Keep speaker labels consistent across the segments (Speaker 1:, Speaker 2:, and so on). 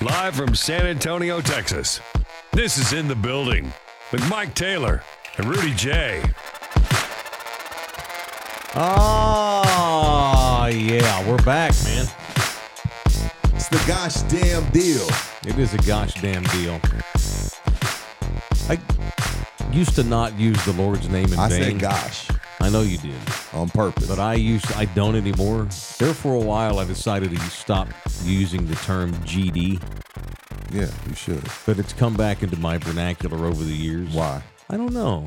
Speaker 1: Live from San Antonio, Texas. This is In the Building with Mike Taylor and Rudy J.
Speaker 2: Oh, yeah. We're back, man.
Speaker 3: It's the gosh damn deal.
Speaker 2: It is a gosh damn deal. I used to not use the Lord's name in
Speaker 3: I
Speaker 2: vain.
Speaker 3: said gosh
Speaker 2: I know you did,
Speaker 3: on purpose.
Speaker 2: but I used I don't anymore. There for a while, I decided to stop using the term GD,
Speaker 3: yeah, you should.
Speaker 2: but it's come back into my vernacular over the years.
Speaker 3: Why?
Speaker 2: I don't know.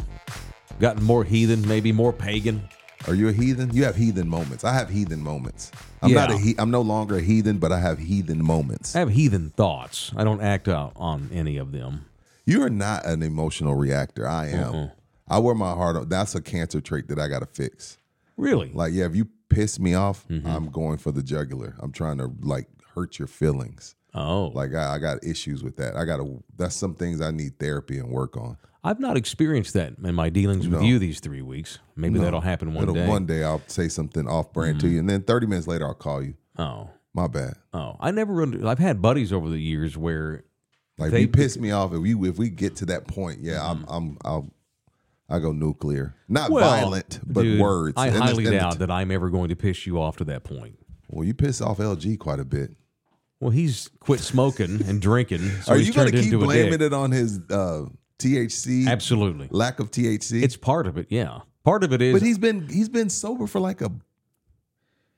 Speaker 2: Gotten more heathen, maybe more pagan.
Speaker 3: Are you a heathen? You have heathen moments. I have heathen moments. I'm
Speaker 2: Yeah. Eh.
Speaker 3: not a he- I'm no longer a heathen, but I have heathen moments.
Speaker 2: I have heathen thoughts. I don't act out on any of them.
Speaker 3: You are not an emotional reactor. I am. I wear my heart on. That's a cancer trait that I got to fix.
Speaker 2: Really?
Speaker 3: Like, yeah, if you piss me off,
Speaker 2: Mm-hmm.
Speaker 3: I'm going for the jugular. I'm trying to like hurt your feelings.
Speaker 2: oh,
Speaker 3: Like, I, I got issues with that. I got to. That's some things I need therapy and work on.
Speaker 2: I've not experienced that in my dealings with
Speaker 3: No.
Speaker 2: you these three weeks. Maybe that'll happen one
Speaker 3: It'll-
Speaker 2: day. Mm-hmm.
Speaker 3: One day I'll say something off brand to you, and then 30 minutes later I'll call you.
Speaker 2: Oh,
Speaker 3: My bad.
Speaker 2: oh, I never. Under, I've had buddies over the years where
Speaker 3: Like
Speaker 2: They- Mm-hmm.
Speaker 3: if you piss me off. If we if we get to that point, yeah, I'm I'm I'll I go nuclear. Not
Speaker 2: well,
Speaker 3: violent, but
Speaker 2: dude,
Speaker 3: words.
Speaker 2: I
Speaker 3: And this-
Speaker 2: highly
Speaker 3: and the-
Speaker 2: doubt that I'm ever going to piss you off to that point.
Speaker 3: Well, you piss off LG quite a bit.
Speaker 2: Well, he's quit smoking and drinking, so
Speaker 3: Are
Speaker 2: he's
Speaker 3: you
Speaker 2: turned
Speaker 3: going to keep
Speaker 2: into a
Speaker 3: blaming
Speaker 2: dick.
Speaker 3: it on his uh, THC?
Speaker 2: Absolutely,
Speaker 3: Lack of THC.
Speaker 2: it's part of it. Yeah, part of it is
Speaker 3: but he's been he's been sober for like a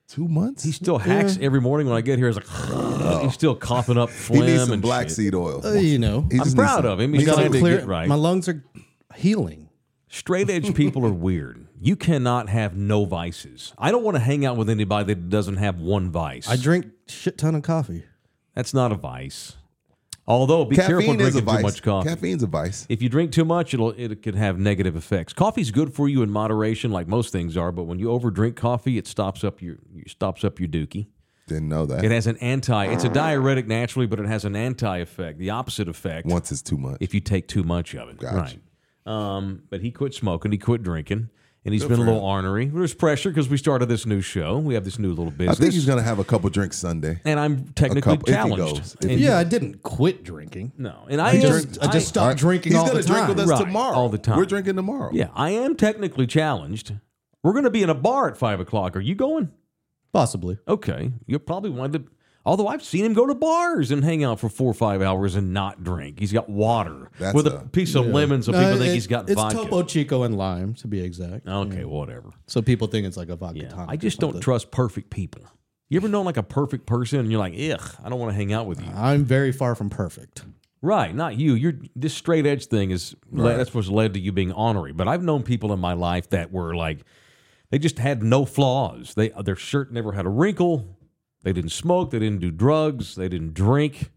Speaker 3: two months.
Speaker 2: he still hacks every morning when I get here. He's like, he's still coughing up
Speaker 3: he
Speaker 2: phlegm
Speaker 3: needs some
Speaker 2: and
Speaker 3: black
Speaker 2: shit.
Speaker 3: seed oil.
Speaker 4: Uh, you know,
Speaker 3: He
Speaker 2: I'm
Speaker 3: just needs
Speaker 2: proud
Speaker 3: some-
Speaker 2: of him.
Speaker 3: he
Speaker 2: He's
Speaker 3: needs
Speaker 2: trying
Speaker 3: some-
Speaker 2: to
Speaker 4: clear.
Speaker 2: get right.
Speaker 4: My lungs are healing.
Speaker 2: Straight edge people are weird. You cannot have no vices. I don't want to hang out with anybody that doesn't have one vice.
Speaker 4: I drink shit ton of coffee.
Speaker 2: That's not a vice. Although be careful
Speaker 3: Caffeine is a
Speaker 2: drinking
Speaker 3: vice.
Speaker 2: too much coffee.
Speaker 3: Caffeine's a vice.
Speaker 2: If you drink too much, it'll it could have negative effects. Coffee's good for you in moderation, like most things are, but when you overdrink coffee, it stops up your it stops up your dookie.
Speaker 3: Didn't know that.
Speaker 2: It has an anti. It's a diuretic naturally, but it has an anti effect, the opposite effect.
Speaker 3: Once is too much.
Speaker 2: if you take too much of it.
Speaker 3: Gotcha.
Speaker 2: Right. Um, but he quit smoking, he quit drinking, and he's been a little ornery. There's pressure because we started this new show. We have this new little
Speaker 3: I
Speaker 2: business.
Speaker 3: think he's gonna have a couple drinks Sunday.
Speaker 2: and I'm technically
Speaker 3: couple- if he
Speaker 2: challenged.
Speaker 3: goes. If
Speaker 2: And-
Speaker 4: Yeah, I didn't quit drinking.
Speaker 2: No. And I,
Speaker 4: I
Speaker 2: am-
Speaker 4: just I just stopped drinking
Speaker 3: He's
Speaker 4: all
Speaker 3: gonna
Speaker 4: the
Speaker 3: drink
Speaker 4: time.
Speaker 3: with us
Speaker 2: Right,
Speaker 3: tomorrow.
Speaker 2: all the time.
Speaker 3: We're drinking tomorrow.
Speaker 2: Yeah, I am technically challenged. We're going to be in a bar at five o'clock. Are you going?
Speaker 4: Possibly.
Speaker 2: Okay. You'll probably want to. Although I've seen him go to bars and hang out for four or five hours and not drink. He's got water
Speaker 3: That's
Speaker 2: with
Speaker 3: a-
Speaker 2: a piece of lemon, so people
Speaker 4: Uh,
Speaker 2: think
Speaker 4: it-
Speaker 2: he's got
Speaker 4: it's
Speaker 2: vodka.
Speaker 4: Topo Chico and lime to be exact.
Speaker 2: okay, whatever.
Speaker 4: So people think it's like a vodka
Speaker 2: Yeah,
Speaker 4: tonic.
Speaker 2: I
Speaker 4: or
Speaker 2: just don't
Speaker 4: something.
Speaker 2: trust perfect people. You ever know like a perfect person and you're like, ugh, I don't want to hang out with you.
Speaker 4: I'm very far from perfect.
Speaker 2: Right, not you. You're this straight edge thing is le- that's what's led to you being ornery. But I've known people in my life that were like, they just had no flaws. They their shirt never had a wrinkle. They didn't smoke. They didn't do drugs. They didn't drink.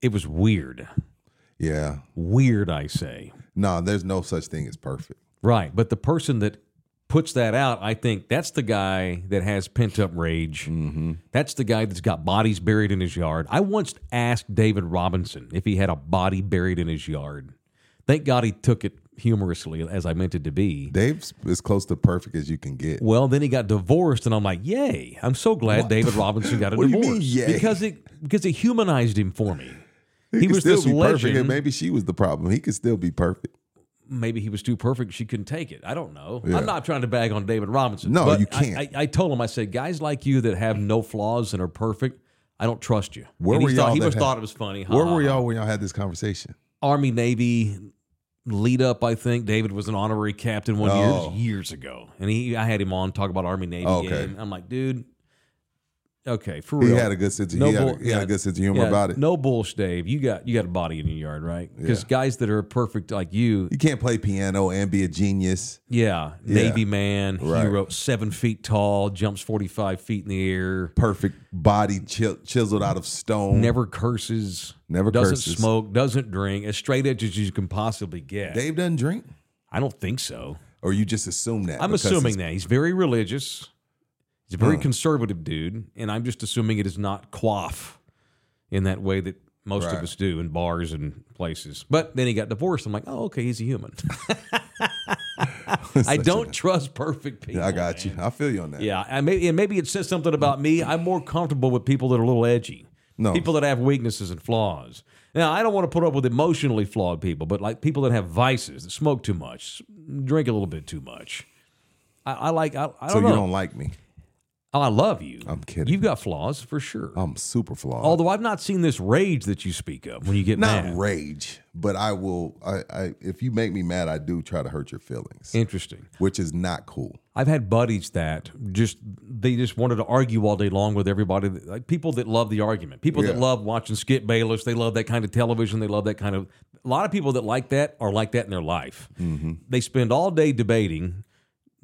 Speaker 2: It was weird.
Speaker 3: Yeah.
Speaker 2: Weird, I say.
Speaker 3: No, there's no such thing as perfect.
Speaker 2: Right, but the person that puts that out, I think that's the guy that has pent up rage. Mm-hmm. That's the guy that's got bodies buried in his yard. I once asked David Robinson if he had a body buried in his yard. Thank God he took it humorously as I meant it to be.
Speaker 3: Dave's as close to perfect as you can get.
Speaker 2: Well, then he got divorced, and I'm like, yay! I'm so glad David Robinson got a
Speaker 3: What do you
Speaker 2: divorce
Speaker 3: mean, yay?
Speaker 2: because it because it humanized him for me. He,
Speaker 3: could
Speaker 2: was
Speaker 3: still
Speaker 2: this
Speaker 3: be perfect,
Speaker 2: legend.
Speaker 3: and maybe she was the problem. He could still be perfect.
Speaker 2: maybe he was too perfect. She couldn't take it. I don't know. I'm not trying to bag on David Robinson.
Speaker 3: No,
Speaker 2: but
Speaker 3: you
Speaker 2: I-
Speaker 3: can't.
Speaker 2: I, I, told him, I said, guys like you that have no flaws and are perfect, I don't trust you.
Speaker 3: Where
Speaker 2: and he
Speaker 3: were
Speaker 2: thought,
Speaker 3: y'all
Speaker 2: He
Speaker 3: that
Speaker 2: must
Speaker 3: had-
Speaker 2: thought it was funny. Ha,
Speaker 3: Where
Speaker 2: ha,
Speaker 4: Uh-huh.
Speaker 3: were
Speaker 2: ha.
Speaker 3: y'all when y'all had this conversation?
Speaker 2: Army, Navy lead up, I think. David was an honorary captain one year. It
Speaker 3: Oh.
Speaker 2: was years ago. And he I had him on talk about Army, Navy.
Speaker 3: Okay.
Speaker 2: And I'm like, dude, okay, for
Speaker 3: He
Speaker 2: real.
Speaker 3: had a good sense. Of,
Speaker 2: No
Speaker 3: he, had a,
Speaker 2: bull-
Speaker 3: he had
Speaker 2: yeah.
Speaker 3: a good sense of humor
Speaker 2: Yeah,
Speaker 3: about it.
Speaker 2: No bullsh, Dave. You got you got a body in your yard, right? Because guys that are perfect like you,
Speaker 3: You can't play piano and be a genius.
Speaker 2: Yeah,
Speaker 3: Yeah.
Speaker 2: Navy man,
Speaker 3: Right.
Speaker 2: hero, seven feet tall, jumps forty five feet in the air,
Speaker 3: Perfect body chil- chiseled out of stone.
Speaker 2: never curses,
Speaker 3: Never
Speaker 2: doesn't
Speaker 3: curses.
Speaker 2: smoke, doesn't drink, as straight edge as you can possibly get.
Speaker 3: Dave doesn't drink,
Speaker 2: I don't think so.
Speaker 3: or you just assume that.
Speaker 2: I'm
Speaker 3: because
Speaker 2: assuming
Speaker 3: it's-
Speaker 2: that he's very religious. He's a very conservative dude, and I'm just assuming it is not quaff in that way that most of
Speaker 3: Right.
Speaker 2: us do in bars and places. But then he got divorced. I'm like, oh, okay, he's a human. I don't trust perfect people.
Speaker 3: I got
Speaker 4: Oh,
Speaker 3: you. I feel you on that.
Speaker 2: Yeah, and maybe, and maybe it says something about me. I'm more comfortable with people that are a little edgy.
Speaker 3: No.
Speaker 2: People that have weaknesses and flaws. Now, I don't want to put up with emotionally flawed people, but like people that have vices, that smoke too much, drink a little bit too much. I, I like. I, I
Speaker 3: So
Speaker 2: don't
Speaker 3: you
Speaker 2: know.
Speaker 3: don't like me?
Speaker 2: oh, I love you.
Speaker 3: I'm kidding. Oh.
Speaker 2: You've got flaws for sure.
Speaker 3: I'm super flawed.
Speaker 2: Although I've not seen this rage that you speak of when you get
Speaker 3: not
Speaker 2: mad.
Speaker 3: rage, but I will. I, I if you make me mad, I do try to hurt your feelings,
Speaker 2: Interesting.
Speaker 3: which is not cool.
Speaker 2: I've had buddies that just they just wanted to argue all day long with everybody. Like people that love the argument, people that
Speaker 3: Yeah.
Speaker 2: love watching Skip Bayless, they love that kind of television. They love that kind of. A lot of people that like that are like that in their life. They spend all day debating,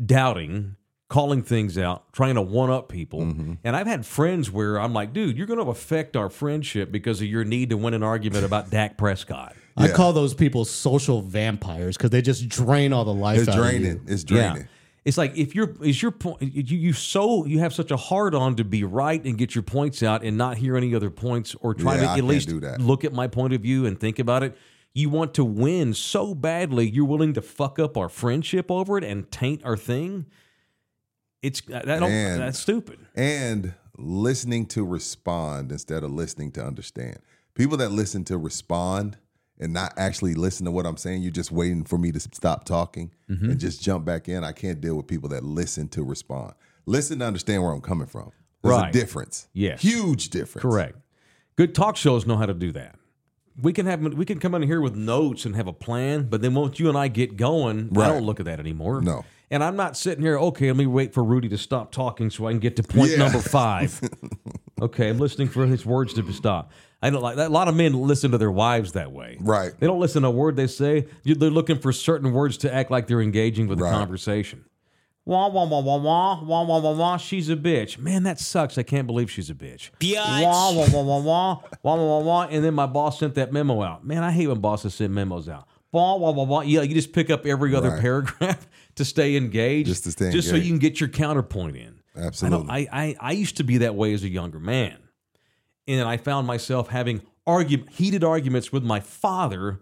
Speaker 2: doubting, calling things out, trying to one up people. And I've had friends where I'm like, dude, you're going to affect our friendship because of your need to win an argument about Dak Prescott.
Speaker 4: I call those people social vampires because they just drain all the life.
Speaker 3: It's
Speaker 4: out of you.
Speaker 3: draining. It's draining.
Speaker 2: It's like if you're is your point you you so you have such a hard on to be right and get your points out and not hear any other points or try
Speaker 3: Yeah,
Speaker 2: to
Speaker 3: I
Speaker 2: at
Speaker 3: can't
Speaker 2: least
Speaker 3: do that.
Speaker 2: look at my point of view and think about it. You want to win so badly, you're willing to fuck up our friendship over it and taint our thing. It's I don't,
Speaker 3: Man.
Speaker 2: that's stupid.
Speaker 3: And listening to respond instead of listening to understand. People that listen to respond and not actually listen to what I'm saying, you're just waiting for me to stop talking
Speaker 2: Mm-hmm.
Speaker 3: and just jump back in. I can't deal with people that listen to respond. Listen to understand where I'm coming from. There's
Speaker 2: Right.
Speaker 3: a difference.
Speaker 2: Yes.
Speaker 3: Huge difference.
Speaker 2: Correct. Good talk shows know how to do that. We can have we can come in here with notes and have a plan, but then once you and I get going, I
Speaker 3: Right.
Speaker 2: don't look at that anymore.
Speaker 3: No.
Speaker 2: And I'm not sitting here, okay, let me wait for Rudy to stop talking so I can get to point
Speaker 3: Yeah.
Speaker 2: number five. okay, I'm listening for his words to stop. I don't like that. A lot of men listen to their wives that way.
Speaker 3: Right.
Speaker 2: They don't listen to a word they say. You- They're looking for certain words to act like they're engaging with the
Speaker 3: Right.
Speaker 2: conversation. Wah, wah, wah, wah, wah, wah, wah, wah, wah, she's a bitch. Man, that sucks. I can't believe she's a bitch. Wah, wah, wah, wah, wah, wah, wah, wah, wah. And then my boss sent that memo out. Man, I hate when bosses send memos out. Wah, wah, wah, wah. Yeah, you just pick up every other
Speaker 3: Right.
Speaker 2: paragraph to stay engaged.
Speaker 3: Just to stay
Speaker 2: Just so you
Speaker 3: engaged.
Speaker 2: can get your counterpoint in.
Speaker 3: Absolutely.
Speaker 2: I, don't, I, I, I used to be that way as a younger man. And I found myself having argument, heated arguments with my father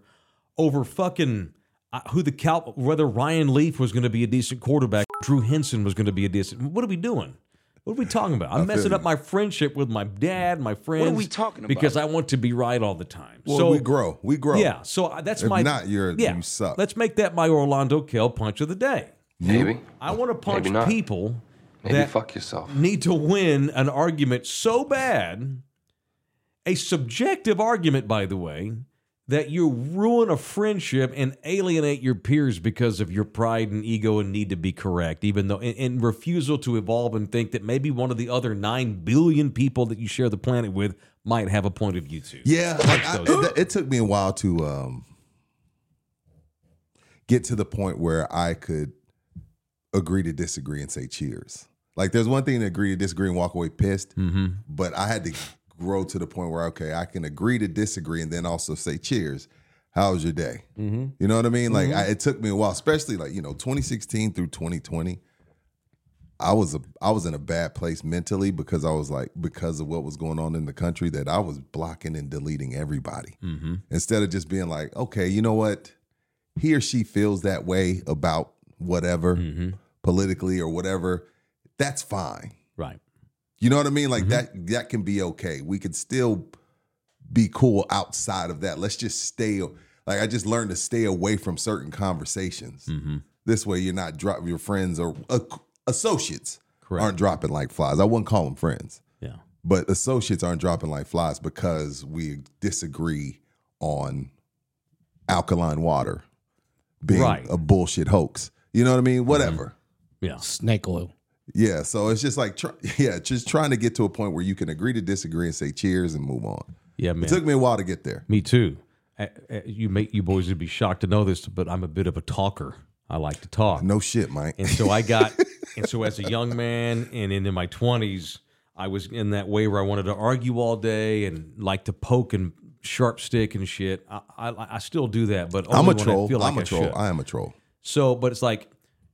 Speaker 2: over fucking uh, who the cow, whether Ryan Leaf was going to be a decent quarterback, Drew Henson was going to be a decent. What are we doing? What are we talking about? I'm messing
Speaker 3: you.
Speaker 2: up my friendship with my dad, my friends.
Speaker 5: we talking about?
Speaker 2: Because I want to be right all the time.
Speaker 3: Well,
Speaker 2: so
Speaker 3: we grow. We grow.
Speaker 2: Yeah. So I- that's
Speaker 3: If
Speaker 2: my.
Speaker 3: not, you're-
Speaker 2: yeah.
Speaker 3: you suck.
Speaker 2: Let's make that my Orlando Kell punch of the day.
Speaker 5: Maybe.
Speaker 2: I want to punch
Speaker 5: Maybe not.
Speaker 2: people
Speaker 5: Maybe
Speaker 2: that
Speaker 5: fuck yourself.
Speaker 2: need to win an argument so bad, a subjective argument, by the way, that you ruin a friendship and alienate your peers because of your pride and ego and need to be correct, even though, and, and refusal to evolve and think that maybe one of the other 9 billion people that you share the planet with might have a point of view too.
Speaker 3: Yeah, like, I- it, it took me a while to um, get to the point where I could agree to disagree and say cheers. Like, there's one thing to agree to disagree and walk away pissed,
Speaker 2: Mm-hmm.
Speaker 3: but I had to grow to the point where okay, I can agree to disagree and then also say cheers. How was your day?
Speaker 2: Mm-hmm.
Speaker 3: You know what I mean? Like, I, it took me a while, especially like you know, 2016 through 2020. I was a I was in a bad place mentally because I was like because of what was going on in the country that I was blocking and deleting everybody
Speaker 2: Mm-hmm.
Speaker 3: instead of just being like okay you know what he or she feels that way about whatever
Speaker 2: Mm-hmm.
Speaker 3: politically or whatever that's fine
Speaker 2: Right.
Speaker 3: you know what I mean like that that can be okay we could still be cool outside of that let's just stay like I just learned to stay away from certain conversations
Speaker 2: Mm. Mm-hmm.
Speaker 3: this way you're not drop your friends or uh, associates
Speaker 2: Correct.
Speaker 3: aren't dropping like flies. I wouldn't call them friends,
Speaker 2: Yeah.
Speaker 3: but associates aren't dropping like flies because we disagree on alkaline water being
Speaker 2: Right. Mm-hmm.
Speaker 3: a bullshit hoax. You know what I mean? Whatever.
Speaker 2: Yeah.
Speaker 4: Snake oil.
Speaker 3: Yeah, so it's just like try, yeah, just trying to get to a point where you can agree to disagree and say cheers and move on.
Speaker 2: Yeah, man.
Speaker 3: It took me a while to get there.
Speaker 2: Me too. Uh, uh, You make you boys would be shocked to know this, but I'm a bit of a talker. I like to talk.
Speaker 3: No shit, Mike.
Speaker 2: And so I got, and so as a young man and into my 20s, I was in that way where I wanted to argue all day and like to poke and sharp stick and shit. I, I, I still do that, but only
Speaker 3: I'm a
Speaker 2: when I
Speaker 3: troll.
Speaker 2: feel like
Speaker 3: I'm
Speaker 2: I
Speaker 3: a troll.
Speaker 2: should.
Speaker 3: I am a troll.
Speaker 2: So, but it's like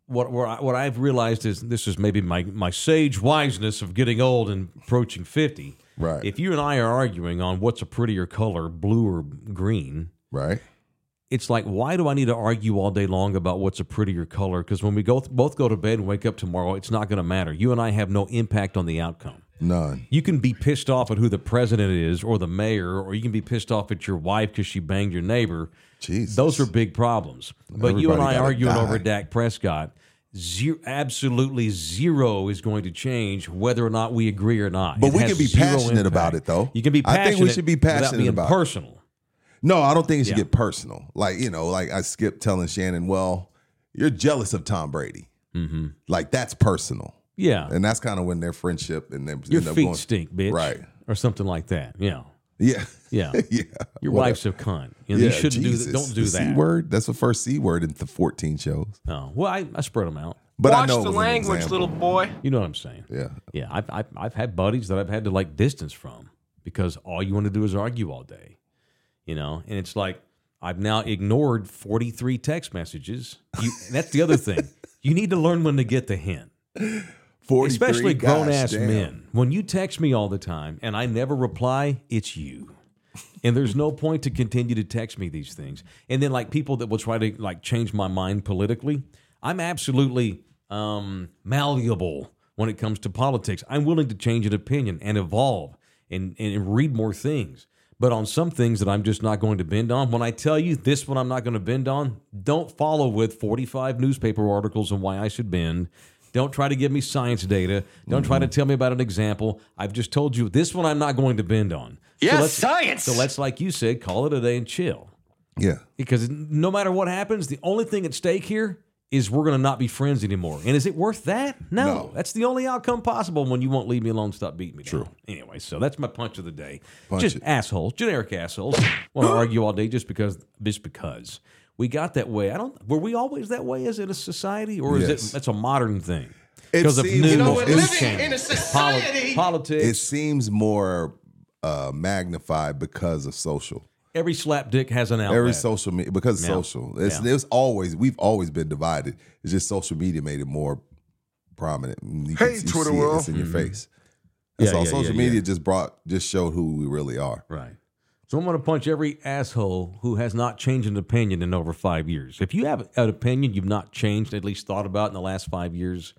Speaker 2: what what, I, what I've realized is this is maybe my my sage wiseness of getting old and approaching fifty.
Speaker 3: Right.
Speaker 2: If you and I are arguing on what's a prettier color, blue or green,
Speaker 3: Right?
Speaker 2: it's like why do I need to argue all day long about what's a prettier color? Because when we go both go to bed and wake up tomorrow, it's not going to matter. You and I have no impact on the outcome.
Speaker 3: None.
Speaker 2: You can be pissed off at who the president is or the mayor, or you can be pissed off at your wife because she banged your neighbor.
Speaker 3: Jesus.
Speaker 2: Those are big problems. But you and
Speaker 3: Everybody
Speaker 2: I
Speaker 3: gotta
Speaker 2: arguing
Speaker 3: die.
Speaker 2: over Dak Prescott, zero, absolutely zero is going to change whether or not we agree or not.
Speaker 3: But we
Speaker 2: has
Speaker 3: can be
Speaker 2: zero
Speaker 3: passionate about it, though.
Speaker 2: You can be
Speaker 3: I
Speaker 2: passionate.
Speaker 3: think we should be
Speaker 2: without
Speaker 3: passionate
Speaker 2: being
Speaker 3: about it.
Speaker 2: personal.
Speaker 3: No, I don't think it should
Speaker 2: Yeah.
Speaker 3: get personal. Like, you know, like I skipped telling Shannon, well, you're jealous of Tom Brady. Mm-hmm. Like, that's personal.
Speaker 2: Yeah.
Speaker 3: And that's kind of when their friendship and them
Speaker 2: Your
Speaker 3: end up
Speaker 2: feet
Speaker 3: going,
Speaker 2: stink, bitch.
Speaker 3: Right.
Speaker 2: Or something like that. Yeah.
Speaker 3: Yeah.
Speaker 2: Yeah.
Speaker 3: yeah.
Speaker 2: Your
Speaker 3: Whatever.
Speaker 2: wife's a cunt. You, know, you shouldn't do that. Don't do
Speaker 3: the
Speaker 2: that.
Speaker 3: C word. That's the first C word in the 14 shows.
Speaker 2: No. Well, I, I spread them out.
Speaker 3: But I
Speaker 5: Watch
Speaker 3: know it
Speaker 5: the
Speaker 3: was an
Speaker 5: language,
Speaker 3: example.
Speaker 5: little boy.
Speaker 2: You know what I'm saying.
Speaker 3: Yeah.
Speaker 2: Yeah, I've, I've, I've had buddies that I've had to like distance from because all you want to do is argue all day, you know? And it's like, I've now ignored 43 text messages. You, and that's the other thing. You need to learn when to get the hint,
Speaker 3: 43,
Speaker 2: especially
Speaker 3: gosh,
Speaker 2: grown ass
Speaker 3: damn.
Speaker 2: men. When you text me all the time and I never reply, it's you. And there's no point to continue to text me these things. And then, like, people that will try to like change my mind politically, I'm absolutely um, malleable when it comes to politics. I'm willing to change an opinion and evolve and, and read more things. But on some things that I'm just not going to bend on, when I tell you this one I'm not going to bend on, don't follow with 45 newspaper articles on why I should bend. Don't try to give me science data. Don't try to tell me about an example. I've just told you this one I'm not going to bend on.
Speaker 5: Yes,
Speaker 2: let's-
Speaker 5: science!
Speaker 2: So let's, like you said, call it a day and chill.
Speaker 3: Yeah.
Speaker 2: Because no matter what happens, the only thing at stake here is we're going to not be friends anymore. And is it worth that? No.
Speaker 3: No.
Speaker 2: That's the only outcome possible when you won't leave me alone, stop beating me. True. Anyway, so that's my punch of the day. just
Speaker 3: it.
Speaker 2: assholes, generic assholes, want to argue all day just because, just because. We got that way. I don't. Were we always that way? Is it a society, or is
Speaker 3: Yes.
Speaker 2: it that's a modern thing?
Speaker 3: It
Speaker 2: Because of
Speaker 3: seems-
Speaker 2: news,
Speaker 3: You know, we're
Speaker 2: news
Speaker 5: living
Speaker 2: channels,
Speaker 5: in a
Speaker 2: poli-
Speaker 5: society.
Speaker 2: politics.
Speaker 3: It seems more uh, magnified because of social.
Speaker 2: every slap dick has an outlet.
Speaker 3: Every social media because of
Speaker 2: Yeah.
Speaker 3: social. It's,
Speaker 2: Yeah.
Speaker 3: it's always we've always been divided. It's just social media made it more prominent. You
Speaker 6: Hey,
Speaker 3: you
Speaker 6: Twitter
Speaker 3: it.
Speaker 6: world.
Speaker 3: it's in your face. That's
Speaker 2: Mm-hmm. Yeah,
Speaker 3: all.
Speaker 2: yeah,
Speaker 3: social
Speaker 2: yeah,
Speaker 3: media just brought just showed who we really are.
Speaker 2: Right. So I'm going to punch every asshole who has not changed an opinion in over five years. If you have an opinion you've not changed, at least thought about in the last five years,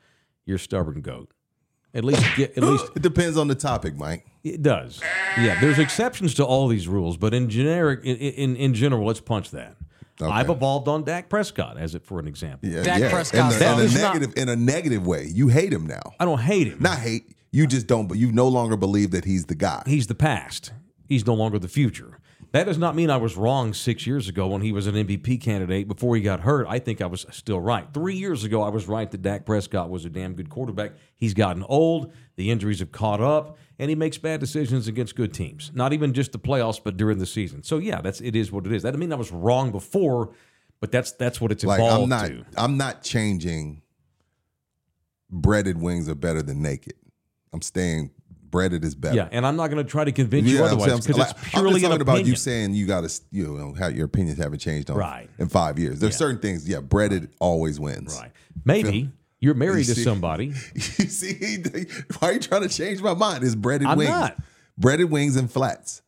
Speaker 2: you're a stubborn goat. At least, get, at least
Speaker 3: It depends on the topic, Mike.
Speaker 2: it does. Yeah, there's exceptions to all these rules, but in generic, in in, in general, let's punch that. I've evolved on Dak Prescott as it for an example.
Speaker 3: Yeah,
Speaker 5: Dak
Speaker 3: yeah.
Speaker 5: Prescott
Speaker 3: in, the- in
Speaker 2: That
Speaker 3: a
Speaker 2: is not-
Speaker 3: negative in a negative way. You hate him now.
Speaker 2: I don't hate him.
Speaker 3: Not hate. You just don't. But you no longer believe that he's the guy.
Speaker 2: he's the past. He's no longer the future. That does not mean I was wrong six years ago when he was an MVP candidate before he got hurt. I think I was still right. Three years ago, I was right that Dak Prescott was a damn good quarterback. He's gotten old, the injuries have caught up, and he makes bad decisions against good teams. Not even just the playoffs, but during the season. So yeah, that's it is what it is. That doesn't mean I was wrong before, but that's that's what it's
Speaker 3: like
Speaker 2: evolved
Speaker 3: I'm not.
Speaker 2: to.
Speaker 3: I'm not changing. Breaded wings are better than naked. I'm staying. Breaded is better.
Speaker 2: Yeah, and I'm not going to try to convince you
Speaker 3: Yeah, I'm saying-
Speaker 2: otherwise because
Speaker 3: like,
Speaker 2: it's purely
Speaker 3: I'm just
Speaker 2: an
Speaker 3: talking about you
Speaker 2: opinion.
Speaker 3: saying you got to you know how your opinions haven't changed on
Speaker 2: Right.
Speaker 3: in five years. There's certain things. Yeah, breaded always wins.
Speaker 2: Right? Maybe you're married to
Speaker 3: see-
Speaker 2: somebody.
Speaker 3: you see, he- why are you trying to change my mind? It's breaded
Speaker 2: I'm
Speaker 3: wings,
Speaker 2: not.
Speaker 3: breaded wings and flats.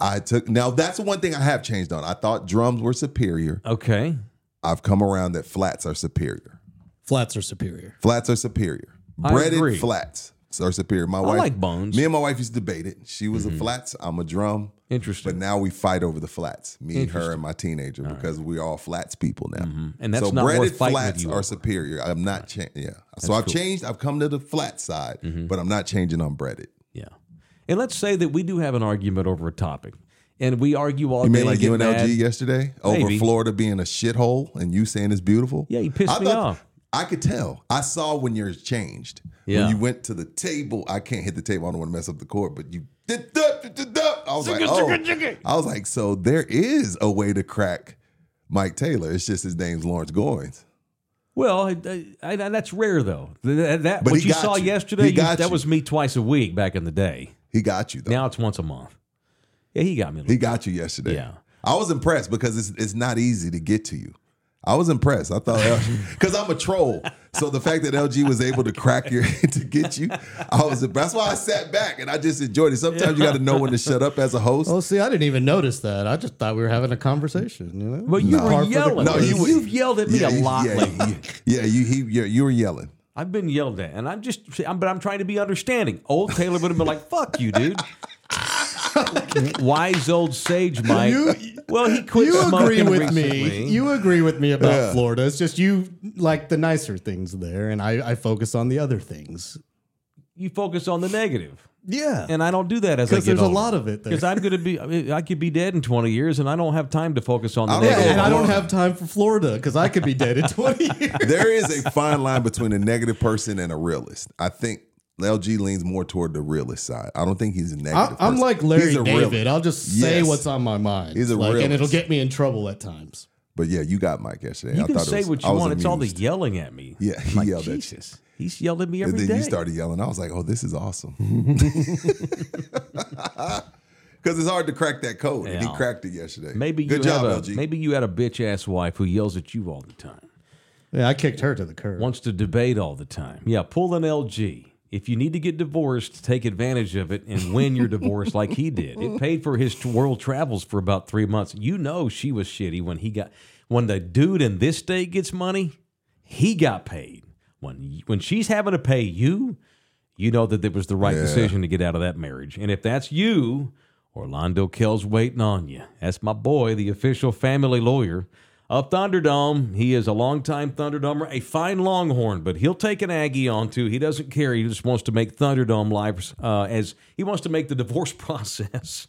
Speaker 3: I took now. That's one thing I have changed on. I thought drums were superior.
Speaker 2: Okay.
Speaker 3: I've come around that flats are superior.
Speaker 4: Flats are superior.
Speaker 3: Flats are superior.
Speaker 2: I
Speaker 3: Breaded
Speaker 2: agree.
Speaker 3: flats are superior. My wife
Speaker 2: like Mm-hmm. bones.
Speaker 3: Me and my wife used to debate it. She was a flats. I'm a drum.
Speaker 2: Interesting.
Speaker 3: But now we fight over the flats. Me and her and my teenager because we're all flats people now.
Speaker 2: And Mm-hmm. that's not worth fighting with
Speaker 3: flats
Speaker 2: you
Speaker 3: are
Speaker 2: over.
Speaker 3: superior. I'm not changing. Yeah. so I've changed. I've come to the flat side,
Speaker 2: Mm-hmm.
Speaker 3: but I'm not changing on breaded.
Speaker 2: Yeah. And let's say that we do have an argument over a topic and we argue all
Speaker 3: You
Speaker 2: day.
Speaker 3: made like
Speaker 2: and get
Speaker 3: UNLG
Speaker 2: mad.
Speaker 3: yesterday over
Speaker 2: Maybe.
Speaker 3: Florida being a shithole and you saying it's beautiful.
Speaker 2: Yeah, you pissed
Speaker 3: I
Speaker 2: me off.
Speaker 3: I could tell. I saw when yours changed.
Speaker 2: Yeah.
Speaker 3: When you went to the table, I can't hit the table. I don't want to mess up the court, but you did dup, did dup, dup. I was like, oh. I was like, so there is a way to crack Mike Taylor. It's just his name's Lawrence Goins.
Speaker 2: Well, I, I, I- that's rare though. Th- That, that-
Speaker 3: But
Speaker 2: what
Speaker 3: he
Speaker 2: you
Speaker 3: got
Speaker 2: saw
Speaker 3: you.
Speaker 2: yesterday,
Speaker 3: He
Speaker 2: you-
Speaker 3: got
Speaker 2: that
Speaker 3: you.
Speaker 2: was me twice a week back in the day.
Speaker 3: He got you though.
Speaker 2: Now it's once a month. Yeah, he got me. A
Speaker 3: he
Speaker 2: little.
Speaker 3: got you yesterday.
Speaker 2: Yeah.
Speaker 3: I was impressed because it's it's not easy to get to you. I was impressed. I thought because I'm a troll, so the fact that LG was able to crack your to get you, I was. That's why I sat back and I just enjoyed it. Sometimes you got to know when to shut up as a host.
Speaker 4: Oh, see, I didn't even notice that. I just thought we were having a conversation. You know?
Speaker 2: But you
Speaker 4: Par
Speaker 2: were
Speaker 4: for the
Speaker 2: yelling.
Speaker 3: No,
Speaker 4: course.
Speaker 3: you were-
Speaker 2: you, have yelled at me a
Speaker 3: you-
Speaker 2: lot
Speaker 3: yeah,
Speaker 2: lately.
Speaker 3: you- yeah, you he, you you were yelling.
Speaker 2: I've been yelled at, and I'm just, I'm, but I'm trying to be understanding. Old Taylor would have been like, "Fuck you, dude." Wise old sage Mike. well, he quit
Speaker 4: You agree
Speaker 2: smoking
Speaker 4: with
Speaker 2: recently.
Speaker 4: me. You agree with me about
Speaker 3: Yeah.
Speaker 4: Florida. It's just you like the nicer things there, and I, I focus on the other things.
Speaker 2: you focus on the negative,
Speaker 4: Yeah,
Speaker 2: and I don't do that as I
Speaker 4: because
Speaker 2: get
Speaker 4: there's a
Speaker 2: older.
Speaker 4: lot of it there.
Speaker 2: Because I'm gonna be, I, mean, I could be dead in 20 years, and I don't have time to focus on the
Speaker 3: I don't
Speaker 4: yeah,
Speaker 2: negative.
Speaker 4: and I don't have time for Florida because I could be dead in 20 years.
Speaker 3: there is a fine line between a negative person and a realist. I think LG leans more toward the realist side. I don't think he's a negative.
Speaker 4: I, I'm
Speaker 3: person.
Speaker 4: like Larry
Speaker 3: He's a
Speaker 4: David.
Speaker 3: realist.
Speaker 4: I'll just say
Speaker 3: Yes.
Speaker 4: what's on my mind.
Speaker 3: He's a
Speaker 4: like, and
Speaker 3: realist.
Speaker 4: it'll get me in trouble at times.
Speaker 3: But yeah, you got Mike yesterday.
Speaker 2: You
Speaker 3: I
Speaker 2: can
Speaker 3: thought it
Speaker 2: say
Speaker 3: was-
Speaker 2: what
Speaker 3: I
Speaker 2: you
Speaker 3: was
Speaker 2: want. It's all the
Speaker 3: amused.
Speaker 2: yelling at me.
Speaker 3: Yeah, he
Speaker 2: Like,
Speaker 3: yelled at you.
Speaker 2: Jesus, he's yelled at me
Speaker 3: And
Speaker 2: every day.
Speaker 3: then you started yelling. I was like, "Oh, this is awesome," because it's hard to crack that code. And he
Speaker 2: Yeah.
Speaker 3: cracked it yesterday.
Speaker 2: Maybe you
Speaker 3: good job,
Speaker 2: have a,
Speaker 3: LG.
Speaker 2: maybe you had a bitch ass wife who yells at you all the time,
Speaker 4: Yeah, I kicked her to the curb.
Speaker 2: wants to debate all the time. Yeah, pull an LG. If you need to get divorced, take advantage of it and win your divorce like he did. It paid for his t- world travels for about three months. You know she was shitty when he got when the dude in this state gets money, he got paid. When y- when she's having to pay you, you know that it was the right decision to get out of that marriage. And if that's you, Orlando Kell's waiting on you. That's my boy, the official family lawyer of Thunderdome. He is a longtime Thunderdomer, a fine Longhorn, but he'll take an Aggie on too. He doesn't care. He just wants to make Thunderdome lives uh, as he wants to make the divorce process.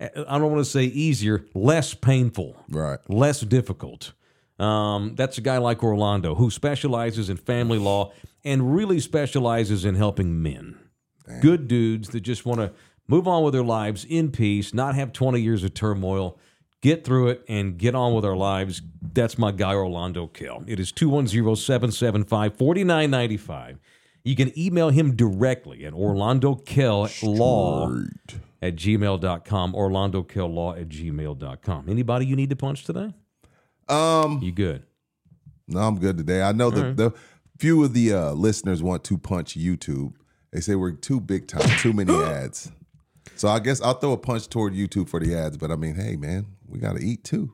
Speaker 2: I don't want to say easier, less painful
Speaker 3: Right.
Speaker 2: less difficult. Um, that's a guy like Orlando who specializes in family law and really specializes in helping men. Good dudes that just want to move on with their lives in peace, not have 20 years of turmoil, get through it and get on with our lives. That's my guy, Orlando Kell. It is 210 775 4995. You can email him directly at Orlando Kell Law at gmail.com, Orlando Kell Law at gmail.com. Anybody you need to punch today?
Speaker 3: um,
Speaker 2: You good?
Speaker 3: no, I'm good today. I know the,
Speaker 2: Mm-hmm.
Speaker 3: the few of the uh, listeners want to punch YouTube. They say we're too big time, too many ads. So I guess I'll throw a punch toward YouTube for the ads. But I mean, hey man, we got to eat too.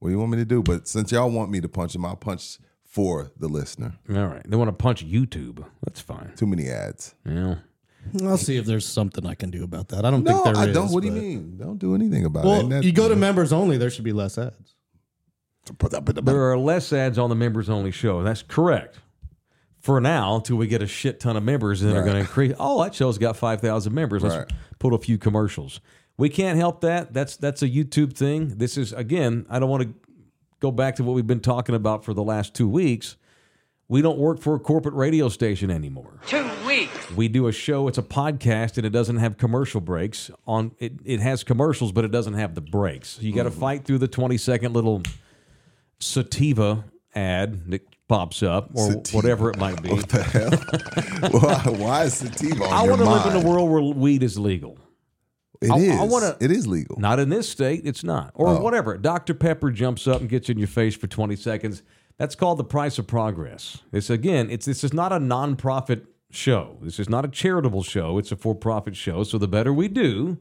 Speaker 3: What do you want me to do? But since y'all want me to punch them, I'll punch for the listener.
Speaker 2: All right. They want to punch YouTube. That's fine.
Speaker 3: Too many ads.
Speaker 2: Yeah.
Speaker 4: I'll see if there's something I can do about that. I don't
Speaker 3: No,
Speaker 4: think there is.
Speaker 3: I don't. What do you
Speaker 4: but-
Speaker 3: mean? Don't do anything about it.
Speaker 4: Well,
Speaker 3: Ain't that-
Speaker 4: you go to members only. There should be less ads.
Speaker 2: There are less ads on the members only show. That's correct. For now, till we get a shit ton of members, then they're going to increase. Oh, that show's got five thousand members. Let's
Speaker 3: Right.
Speaker 2: put a few commercials. We can't help that. That's that's a YouTube thing. This is again. I don't want to go back to what we've been talking about for the last two weeks. We don't work for a corporate radio station anymore.
Speaker 5: two weeks.
Speaker 2: We do a show. It's a podcast, and it doesn't have commercial breaks. On it, it has commercials, but it doesn't have the breaks. You got
Speaker 3: Mm-hmm.
Speaker 2: to fight through the twenty second little sativa ad that pops up, or
Speaker 3: Sativa.
Speaker 2: whatever it might be.
Speaker 3: What the hell? why, why is sativa on
Speaker 2: I
Speaker 3: your
Speaker 2: want to live in
Speaker 3: mind?
Speaker 2: a world where weed is legal.
Speaker 3: It
Speaker 2: I- I
Speaker 3: is.
Speaker 2: wanna-
Speaker 3: It is legal.
Speaker 2: Not in this state, it's not. Or
Speaker 4: Oh.
Speaker 2: whatever. Dr. Pepper jumps up and gets in your face for 20 seconds. That's called the price of progress. It's again, it's this is not a nonprofit show. This is not a charitable show. It's a for-profit show. So the better we do,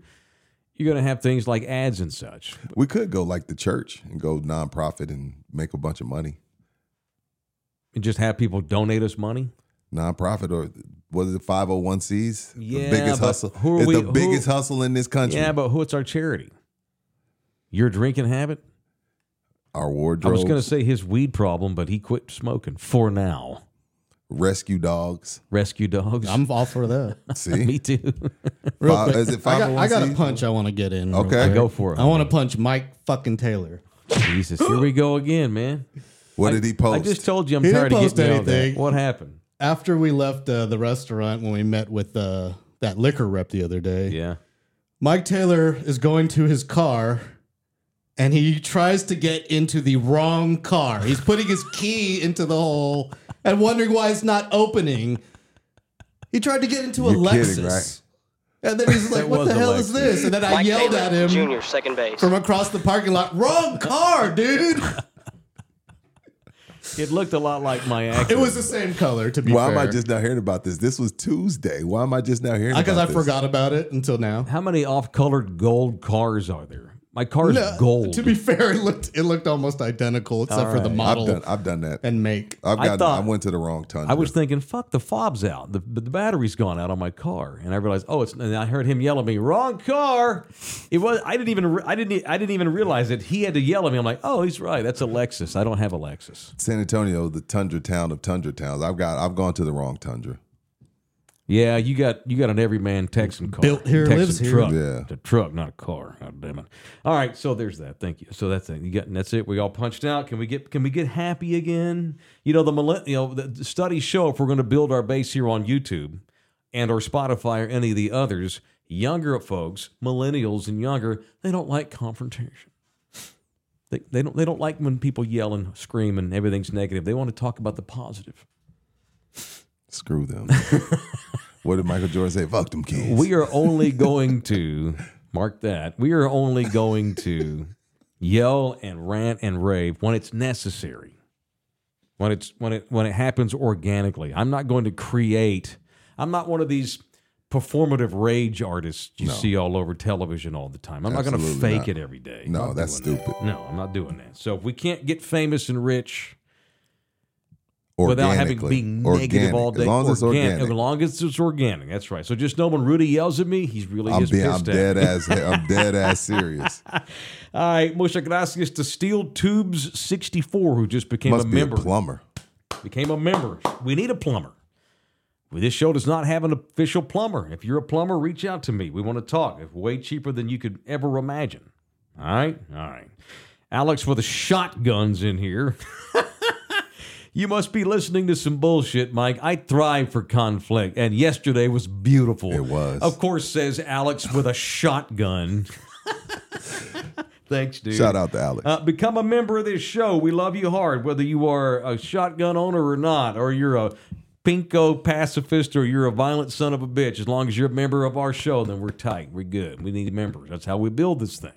Speaker 2: you're going to have things like ads and such.
Speaker 3: We could go like the church and go nonprofit and make a bunch of money.
Speaker 2: And just have people donate us money.
Speaker 3: Nonprofit or was it five hundred one C's?
Speaker 2: Yeah,
Speaker 3: the biggest
Speaker 2: but
Speaker 3: hustle.
Speaker 2: who are
Speaker 3: it's
Speaker 2: we-
Speaker 3: the
Speaker 2: who-
Speaker 3: biggest hustle in this country.
Speaker 2: Yeah, but who it's our charity? Your drinking habit?
Speaker 3: Our
Speaker 2: I
Speaker 3: wardrobe.
Speaker 2: was going to say his weed problem, but he quit smoking for now.
Speaker 3: rescue dogs.
Speaker 2: Rescue dogs.
Speaker 4: I'm all for that.
Speaker 2: me
Speaker 3: See,
Speaker 2: too.
Speaker 4: Real
Speaker 3: Five- oh
Speaker 4: quick,
Speaker 3: is it
Speaker 4: I got, I got
Speaker 3: 501c?
Speaker 4: a punch I want to get in. real
Speaker 3: Okay.
Speaker 4: quick.
Speaker 2: Go for it.
Speaker 4: I want to punch Mike fucking Taylor.
Speaker 2: Jesus, here we go again, man.
Speaker 3: what did he post?
Speaker 2: I just told you I'm
Speaker 4: He didn't
Speaker 2: tired of
Speaker 4: post
Speaker 2: getting yelled at.
Speaker 4: anything.
Speaker 2: What happened?
Speaker 4: After we left uh, the restaurant when we met with uh, that liquor rep the other day,
Speaker 2: Yeah.
Speaker 4: Mike Taylor is going to his car and he tries to get into the wrong car. He's putting his key into the hole and wondering why it's not opening. He tried to get into a
Speaker 3: You're
Speaker 4: Lexus.
Speaker 3: kidding, right?
Speaker 4: And then he's like,
Speaker 2: That
Speaker 4: what
Speaker 2: was
Speaker 4: the
Speaker 2: a
Speaker 4: hell is
Speaker 2: Lexus.
Speaker 4: this? And then I yelled
Speaker 5: Taylor
Speaker 4: at him
Speaker 5: Jr. second base.
Speaker 4: from across the parking lot, wrong car, dude.
Speaker 2: It looked a lot like my act.
Speaker 4: It was the same color, to be
Speaker 3: Why am
Speaker 4: fair.
Speaker 3: I just now hearing about this? This was Tuesday. Why am I just now hearing?
Speaker 4: Because
Speaker 3: about
Speaker 4: I
Speaker 3: this?
Speaker 4: forgot about it until now.
Speaker 2: How many off colored gold cars are there? My car's
Speaker 4: No,
Speaker 2: gold.
Speaker 4: To be fair, it looked it looked almost identical except for the
Speaker 3: I've
Speaker 4: model
Speaker 3: done. I've done that.
Speaker 4: and make.
Speaker 3: I've
Speaker 2: I
Speaker 3: gotten. I,
Speaker 2: thought-
Speaker 3: went to the wrong Tundra.
Speaker 2: I was thinking, fuck, the fob's out. The, the battery's gone out on my car, and I realized, oh, it's. And I heard him yell at me, "Wrong car!" It was. I didn't even. re- I didn't. e- I didn't even realize it. He had to yell at me. I'm like, oh, he's right. That's a Lexus. I don't have a Lexus.
Speaker 3: San Antonio, the Tundra town of Tundra towns. I've got. I've gone to the wrong Tundra.
Speaker 2: Yeah, you got you got an everyman Texan car.
Speaker 4: Built here,
Speaker 2: Texan
Speaker 4: lives here.
Speaker 2: truck.
Speaker 3: Yeah.
Speaker 2: It's a truck, not a car. God damn it. All right, so there's that. Thank you. So that's it. You got and that's it. We all punched out. Can we get can we get happy again? You know the millenn- you know the the studies show if we're going to build our base here on YouTube and or Spotify or any of the others, younger folks, millennials and younger, they don't like confrontation. They, they don't they don't like when people yell and scream and everything's negative. They want to talk about the positive.
Speaker 3: Screw them. what did Michael Jordan say? Fuck them kids.
Speaker 2: We are only going to mark that. We are only going to yell and rant and rave when it's necessary. When it's when it when it happens organically. I'm not going to create. I'm not one of these performative rage artists you see all over television all the time. I'm not
Speaker 3: Absolutely
Speaker 2: going to fake
Speaker 3: not.
Speaker 2: it every day.
Speaker 3: no,
Speaker 2: Not
Speaker 3: that's
Speaker 2: doing
Speaker 3: stupid.
Speaker 2: that. No, I'm not doing that. So if we can't get famous and rich
Speaker 3: Organically.
Speaker 2: without having being negative all
Speaker 3: Organic.
Speaker 2: day,
Speaker 3: As long as it's
Speaker 2: Organ-
Speaker 3: organic.
Speaker 2: as long as it's organic, that's right. So just know when Rudy yells at me, he's really
Speaker 3: I'm,
Speaker 2: just
Speaker 3: being, I'm
Speaker 2: pissed at me.
Speaker 3: dead ass. I'm dead ass serious.
Speaker 2: All right, muchas gracias to Steel Tubes 64, who just became
Speaker 3: Must
Speaker 2: a
Speaker 3: be
Speaker 2: member.
Speaker 3: a plumber.
Speaker 2: became a member. We need a plumber. Well, This show does not have an official plumber. If you're a plumber, reach out to me. We want to talk. It's way cheaper than you could ever imagine. All right, all right. Alex with the shotguns in here. you must be listening to some bullshit, Mike. I thrive for conflict, and yesterday was beautiful.
Speaker 3: It was.
Speaker 2: of course, says Alex with a shotgun. Thanks, dude.
Speaker 3: Shout out to Alex.
Speaker 2: Uh, become a member of this show. We love you hard, whether you are a shotgun owner or not, or you're a pinko pacifist, or you're a violent son of a bitch. As long as you're a member of our show, then we're tight. We're good. We need members. That's how we build this thing.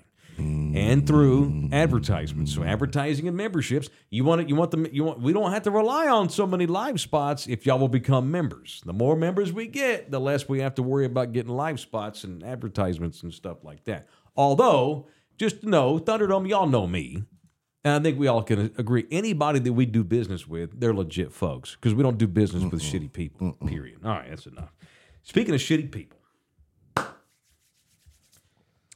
Speaker 2: And through advertisements, so advertising and memberships, you want it. You want them. You want. We don't have to rely on so many live spots if y'all will become members. The more members we get, the less we have to worry about getting live spots and advertisements and stuff like that. Although just know Thunderdome, y'all know me. And I think we all can agree anybody that we do business with, they're legit folks because we don't do business with shitty people, period. All right, that's enough. Speaking of shitty people,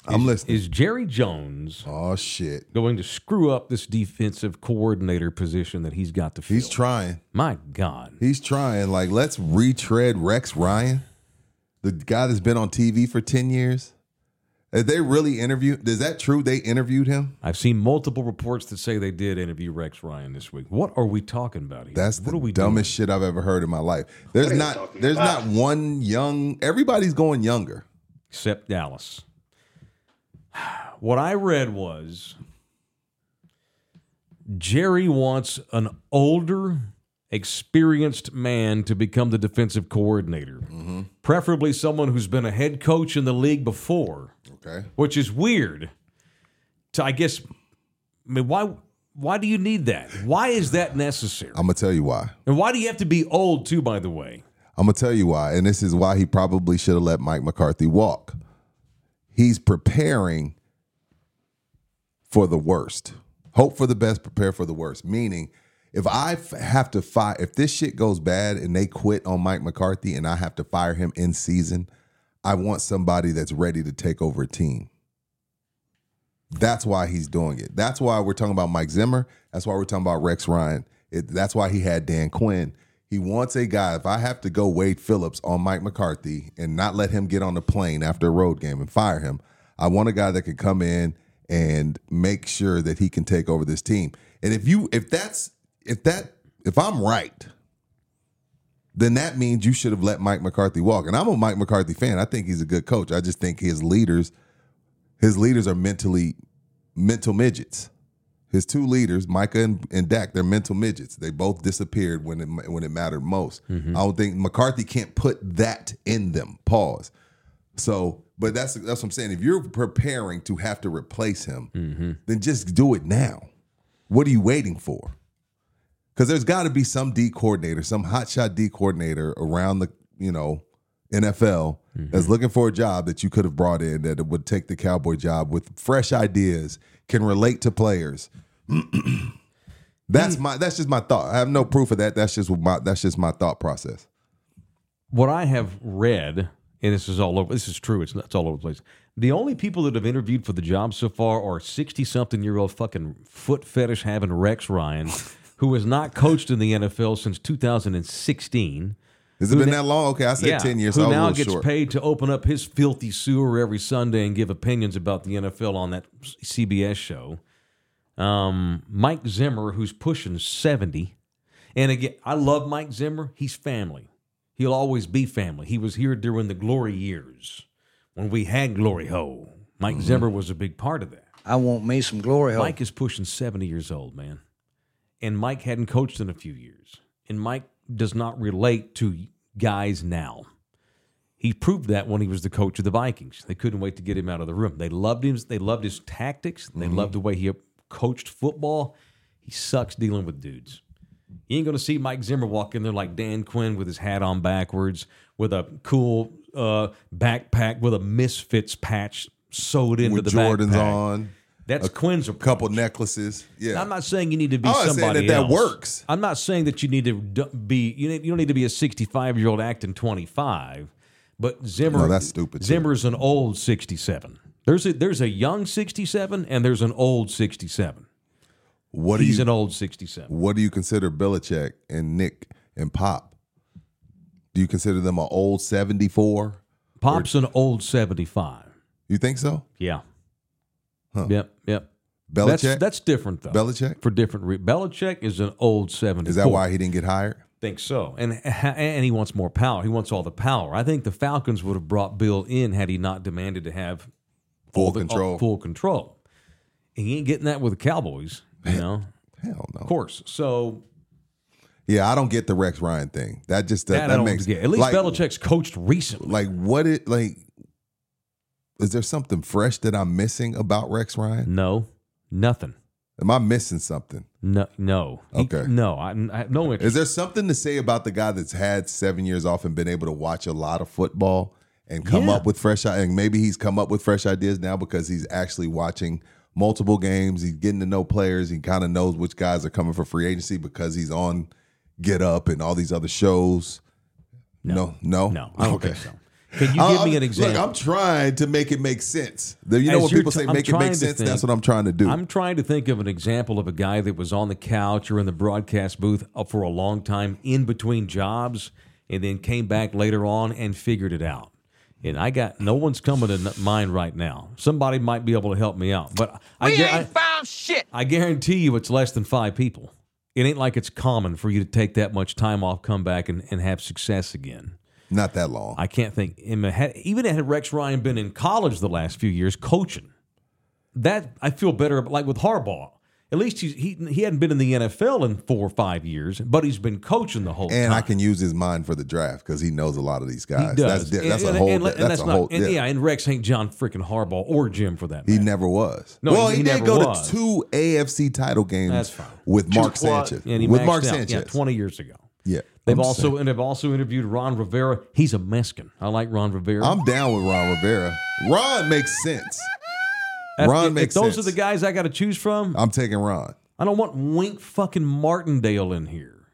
Speaker 3: I'm listening.
Speaker 2: is Jerry Jones
Speaker 3: Oh shit.
Speaker 2: going to screw up this defensive coordinator position that he's got to fill?
Speaker 3: He's trying.
Speaker 2: My God.
Speaker 3: He's trying. Like, let's retread Rex Ryan, the guy that's been on TV for 10 years. Did they really interview? Is that true? They interviewed him?
Speaker 2: I've seen multiple reports that say they did interview Rex Ryan this week. What are we talking about here?
Speaker 3: That's
Speaker 2: what
Speaker 3: the
Speaker 2: are we
Speaker 3: dumbest shit I've ever heard in my life. There's not there's not one young everybody's going younger.
Speaker 2: doing? Except Dallas. What I read was Jerry wants an older, experienced man to become the defensive coordinator,
Speaker 3: Mm-hmm.
Speaker 2: preferably someone who's been a head coach in the league before.
Speaker 3: Okay.
Speaker 2: which is weird. To I guess, I mean, why why do you need that? Why is that necessary?
Speaker 3: I'm gonna tell you why.
Speaker 2: And why do you have to be old too? By the way,
Speaker 3: I'm gonna tell you why, and this is why he probably should have let Mike McCarthy walk. He's preparing for the worst. Hope for the best, prepare for the worst. Meaning, if I f- have to fire, if this shit goes bad and they quit on Mike McCarthy and I have to fire him in season, I want somebody that's ready to take over a team. That's why he's doing it. That's why we're talking about Mike Zimmer. That's why we're talking about Rex Ryan. It, that's why he had Dan Quinn. He wants a guy. If I have to go Wade Phillips on Mike McCarthy and not let him get on the plane after a road game and fire him, I want a guy that can come in and make sure that he can take over this team. And if you, if that's, if that, if I'm right, then that means you should have let Mike McCarthy walk. And I'm a Mike McCarthy fan. I think he's a good coach. I just think his leaders his leaders are mentally mental midgets. His two leaders, Micah and, and Dak, they're mental midgets. They both disappeared when it when it mattered most. I don't think McCarthy can't put that in them. Pause. So, but that's that's what I'm saying. If you're preparing to have to replace him, then just do it now. What are you waiting for? Because there's got to be some D coordinator, some hotshot D coordinator around the you know NFL that's
Speaker 2: Mm-hmm.
Speaker 3: looking for a job that you could have brought in that would take the cowboy job with fresh ideas, can relate to players. that's my that's just my thought. I have no proof of that. That's just my that's just my thought process.
Speaker 2: what I have read, and this is all over. This is true. It's not, it's all over the place. The only people that have interviewed for the job so far are sixty-something-year-old fucking foot fetish having Rex Ryan, who has not coached in the NFL since two thousand and sixteen.
Speaker 3: Has it been that long? Okay, I said ten years.
Speaker 2: Who
Speaker 3: so I was a
Speaker 2: now
Speaker 3: little
Speaker 2: gets
Speaker 3: short.
Speaker 2: paid to open up his filthy sewer every Sunday and give opinions about the NFL on that CBS show. Um, Mike Zimmer, who's pushing seventy, and again, I love Mike Zimmer. He's family. He'll always be family. He was here during the glory years when we had glory ho. Mike
Speaker 3: Mm-hmm.
Speaker 2: Zimmer was a big part of that.
Speaker 5: I want me some glory hole.
Speaker 2: Mike is pushing 70 years old, man. And Mike hadn't coached in a few years. And Mike does not relate to guys now. He proved that when he was the coach of the Vikings. They couldn't wait to get him out of the room. They loved him. They loved his tactics. They
Speaker 3: Mm-hmm.
Speaker 2: loved the way he coached football. He sucks dealing with dudes. You ain't going to see Mike Zimmer walk in there like Dan Quinn with his hat on backwards, with a cool uh, backpack with a Misfits patch sewed into
Speaker 3: with
Speaker 2: the
Speaker 3: Jordans
Speaker 2: backpack.
Speaker 3: on,
Speaker 2: That's Quinn's approach.
Speaker 3: couple necklaces. Yeah,
Speaker 2: I'm not saying you need to be
Speaker 3: Oh, I'm not saying
Speaker 2: somebody
Speaker 3: that that
Speaker 2: else.
Speaker 3: works.
Speaker 2: I'm not saying that you need to d- be you, need, you don't need to be a 65 year old acting 25. But Zimmer,
Speaker 3: No, that's stupid, too.
Speaker 2: Zimmer's an old 67. There's a there's a young 67 and there's an old 67.
Speaker 3: what do
Speaker 2: He's
Speaker 3: you
Speaker 2: an old 67.
Speaker 3: what do you consider Belichick and Nick and Pop? Do you consider them an old seventy four?
Speaker 2: Pop's an old 75.
Speaker 3: You think so?
Speaker 2: Yeah. Yep. Yep.
Speaker 3: Belichick.
Speaker 2: That's that's different though.
Speaker 3: Belichick?
Speaker 2: for different. Re- Belichick is an old 70.
Speaker 3: Is that why he didn't get hired?
Speaker 2: Think so, and and he wants more power. He wants all the power. I think the Falcons would have brought Bill in had he not demanded to have
Speaker 3: Full
Speaker 2: all the- oh, all-
Speaker 3: control.
Speaker 2: full control. And he ain't getting that with the Cowboys, you know.
Speaker 3: Hell no.
Speaker 2: of course. So
Speaker 3: Yeah, I don't get the Rex Ryan thing. That just that,
Speaker 2: that,
Speaker 3: that,
Speaker 2: I don't
Speaker 3: makes
Speaker 2: get. At least
Speaker 3: like,
Speaker 2: Belichick's coached recently.
Speaker 3: Like what it like? Is there something fresh that I'm missing about Rex Ryan?
Speaker 2: no, nothing.
Speaker 3: Am I missing something?
Speaker 2: No, no. He-
Speaker 3: Okay.
Speaker 2: no, I, I no interest.
Speaker 3: Is there something to say about the guy that's had seven years off and been able to watch a lot of football and come
Speaker 2: Yeah.
Speaker 3: up with fresh ideas? And maybe he's come up with fresh ideas now because he's actually watching multiple games. He's getting to know players. He kind of knows which guys are coming for free agency because he's on Get Up and all these other shows. No, no,
Speaker 2: no, I don't think so. Can you
Speaker 3: I'll-
Speaker 2: give me
Speaker 3: I'll-
Speaker 2: an example?
Speaker 3: Uh, Look, I'm trying to make it make sense. The- You know
Speaker 2: As
Speaker 3: what
Speaker 2: you're
Speaker 3: people
Speaker 2: t-
Speaker 3: say,
Speaker 2: I'm
Speaker 3: make it
Speaker 2: trying
Speaker 3: make
Speaker 2: to
Speaker 3: sense.
Speaker 2: think-
Speaker 3: That's what I'm trying to do.
Speaker 2: I'm trying to think of an example of a guy that was on the couch or in the broadcast booth uh, for a long time in between jobs and then came back later on and figured it out. And I got no one's coming to n- mind right now. Somebody might be able to help me out, but I, gu- I,
Speaker 6: found shit.
Speaker 2: I guarantee you it's less than five people. It ain't like it's common for you to take that much time off, come back, and, and have success again.
Speaker 3: Not that long.
Speaker 2: I can't think. in my head- Even had Rex Ryan been in college the last few years coaching, that I feel better. about- Like with Harbaugh, at least he's, he he hadn't been in the NFL in four or five years, but he's been coaching the whole
Speaker 3: and
Speaker 2: time.
Speaker 3: I can use his mind for the draft because he knows a lot of these guys.
Speaker 2: he does.
Speaker 3: That's di-
Speaker 2: And-
Speaker 3: that's
Speaker 2: and-
Speaker 3: a whole.
Speaker 2: and- and
Speaker 3: that's, a whole.
Speaker 2: and,
Speaker 3: yeah.
Speaker 2: yeah. and Rex ain't John freaking Harbaugh or Jim for that.
Speaker 3: He
Speaker 2: matter.
Speaker 3: never was.
Speaker 2: No,
Speaker 3: well,
Speaker 2: he
Speaker 3: he,
Speaker 2: never
Speaker 3: did go
Speaker 2: was.
Speaker 3: to two AFC title games
Speaker 2: That's fine.
Speaker 3: with Mark
Speaker 6: quad-
Speaker 3: Sanchez.
Speaker 2: and he
Speaker 3: with
Speaker 2: maxed
Speaker 3: Mark
Speaker 2: out,
Speaker 3: Sanchez.
Speaker 2: yeah, twenty years ago.
Speaker 3: Yeah.
Speaker 2: They've
Speaker 3: I'm just
Speaker 2: also
Speaker 3: saying.
Speaker 2: and they've also interviewed Ron Rivera. He's a Mexican. I like Ron Rivera.
Speaker 3: I'm down with Ron Rivera. Ron makes sense.
Speaker 2: That's-
Speaker 3: Ron
Speaker 2: if- if
Speaker 3: makes
Speaker 2: those
Speaker 3: sense.
Speaker 2: are the guys I got to choose from.
Speaker 3: I'm taking Ron.
Speaker 2: I don't want Wink fucking Martindale in here.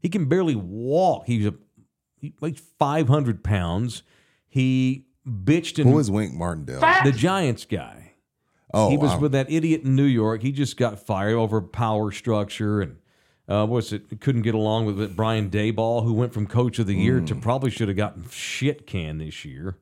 Speaker 2: He can barely walk. He's a he weighs five hundred pounds. He bitched and
Speaker 3: Who is Wink Martindale?
Speaker 2: the Giants guy.
Speaker 3: Oh,
Speaker 2: he was
Speaker 3: I'm-
Speaker 2: with that idiot in New York. He just got fired over power structure and uh, what was it? Couldn't get along with it. Brian Dayball, who went from coach of the year
Speaker 3: Hmm.
Speaker 2: to probably should have gotten shit canned this year.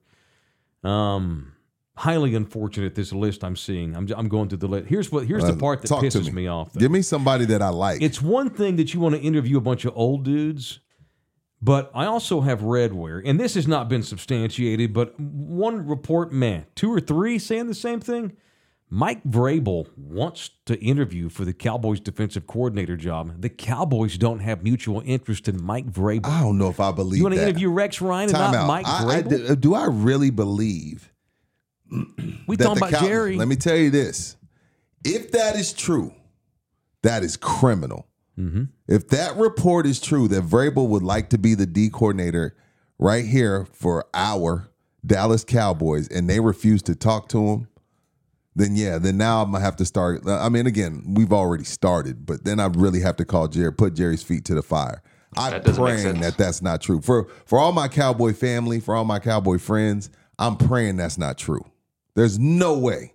Speaker 2: Um, highly unfortunate. This list I'm seeing. I'm I'm going through the list. Here's what. Here's the part that
Speaker 3: Uh, Talk to
Speaker 2: pisses me. off. Though
Speaker 3: Give me somebody that I like.
Speaker 2: it's one thing that you want to interview a bunch of old dudes, but I also have read where, and this has not been substantiated, but one report, man, two or three saying the same thing. Mike Vrabel wants to interview for the Cowboys defensive coordinator job. The Cowboys don't have mutual interest in Mike Vrabel.
Speaker 3: I don't know if I believe
Speaker 2: you want to
Speaker 3: that.
Speaker 2: interview Rex Ryan
Speaker 3: Time
Speaker 2: and not
Speaker 3: out.
Speaker 2: Mike
Speaker 3: I- I
Speaker 2: Vrabel?
Speaker 3: do- do I really believe
Speaker 2: we
Speaker 3: that
Speaker 2: talking
Speaker 3: the
Speaker 2: about
Speaker 3: Cow-
Speaker 2: Jerry.
Speaker 3: Let me tell you this: if that is true, that is criminal. If that report is true that Vrabel would like to be the D coordinator right here for our Dallas Cowboys and they refuse to talk to him, then yeah, then now I'm gonna have to start. I mean, again, we've already started, but then I really have to call Jerry, put Jerry's feet to the fire. I'm
Speaker 5: That doesn't make
Speaker 3: praying
Speaker 5: sense.
Speaker 3: that that's not true for for all my cowboy family, for all my cowboy friends. I'm praying that's not true. There's no way.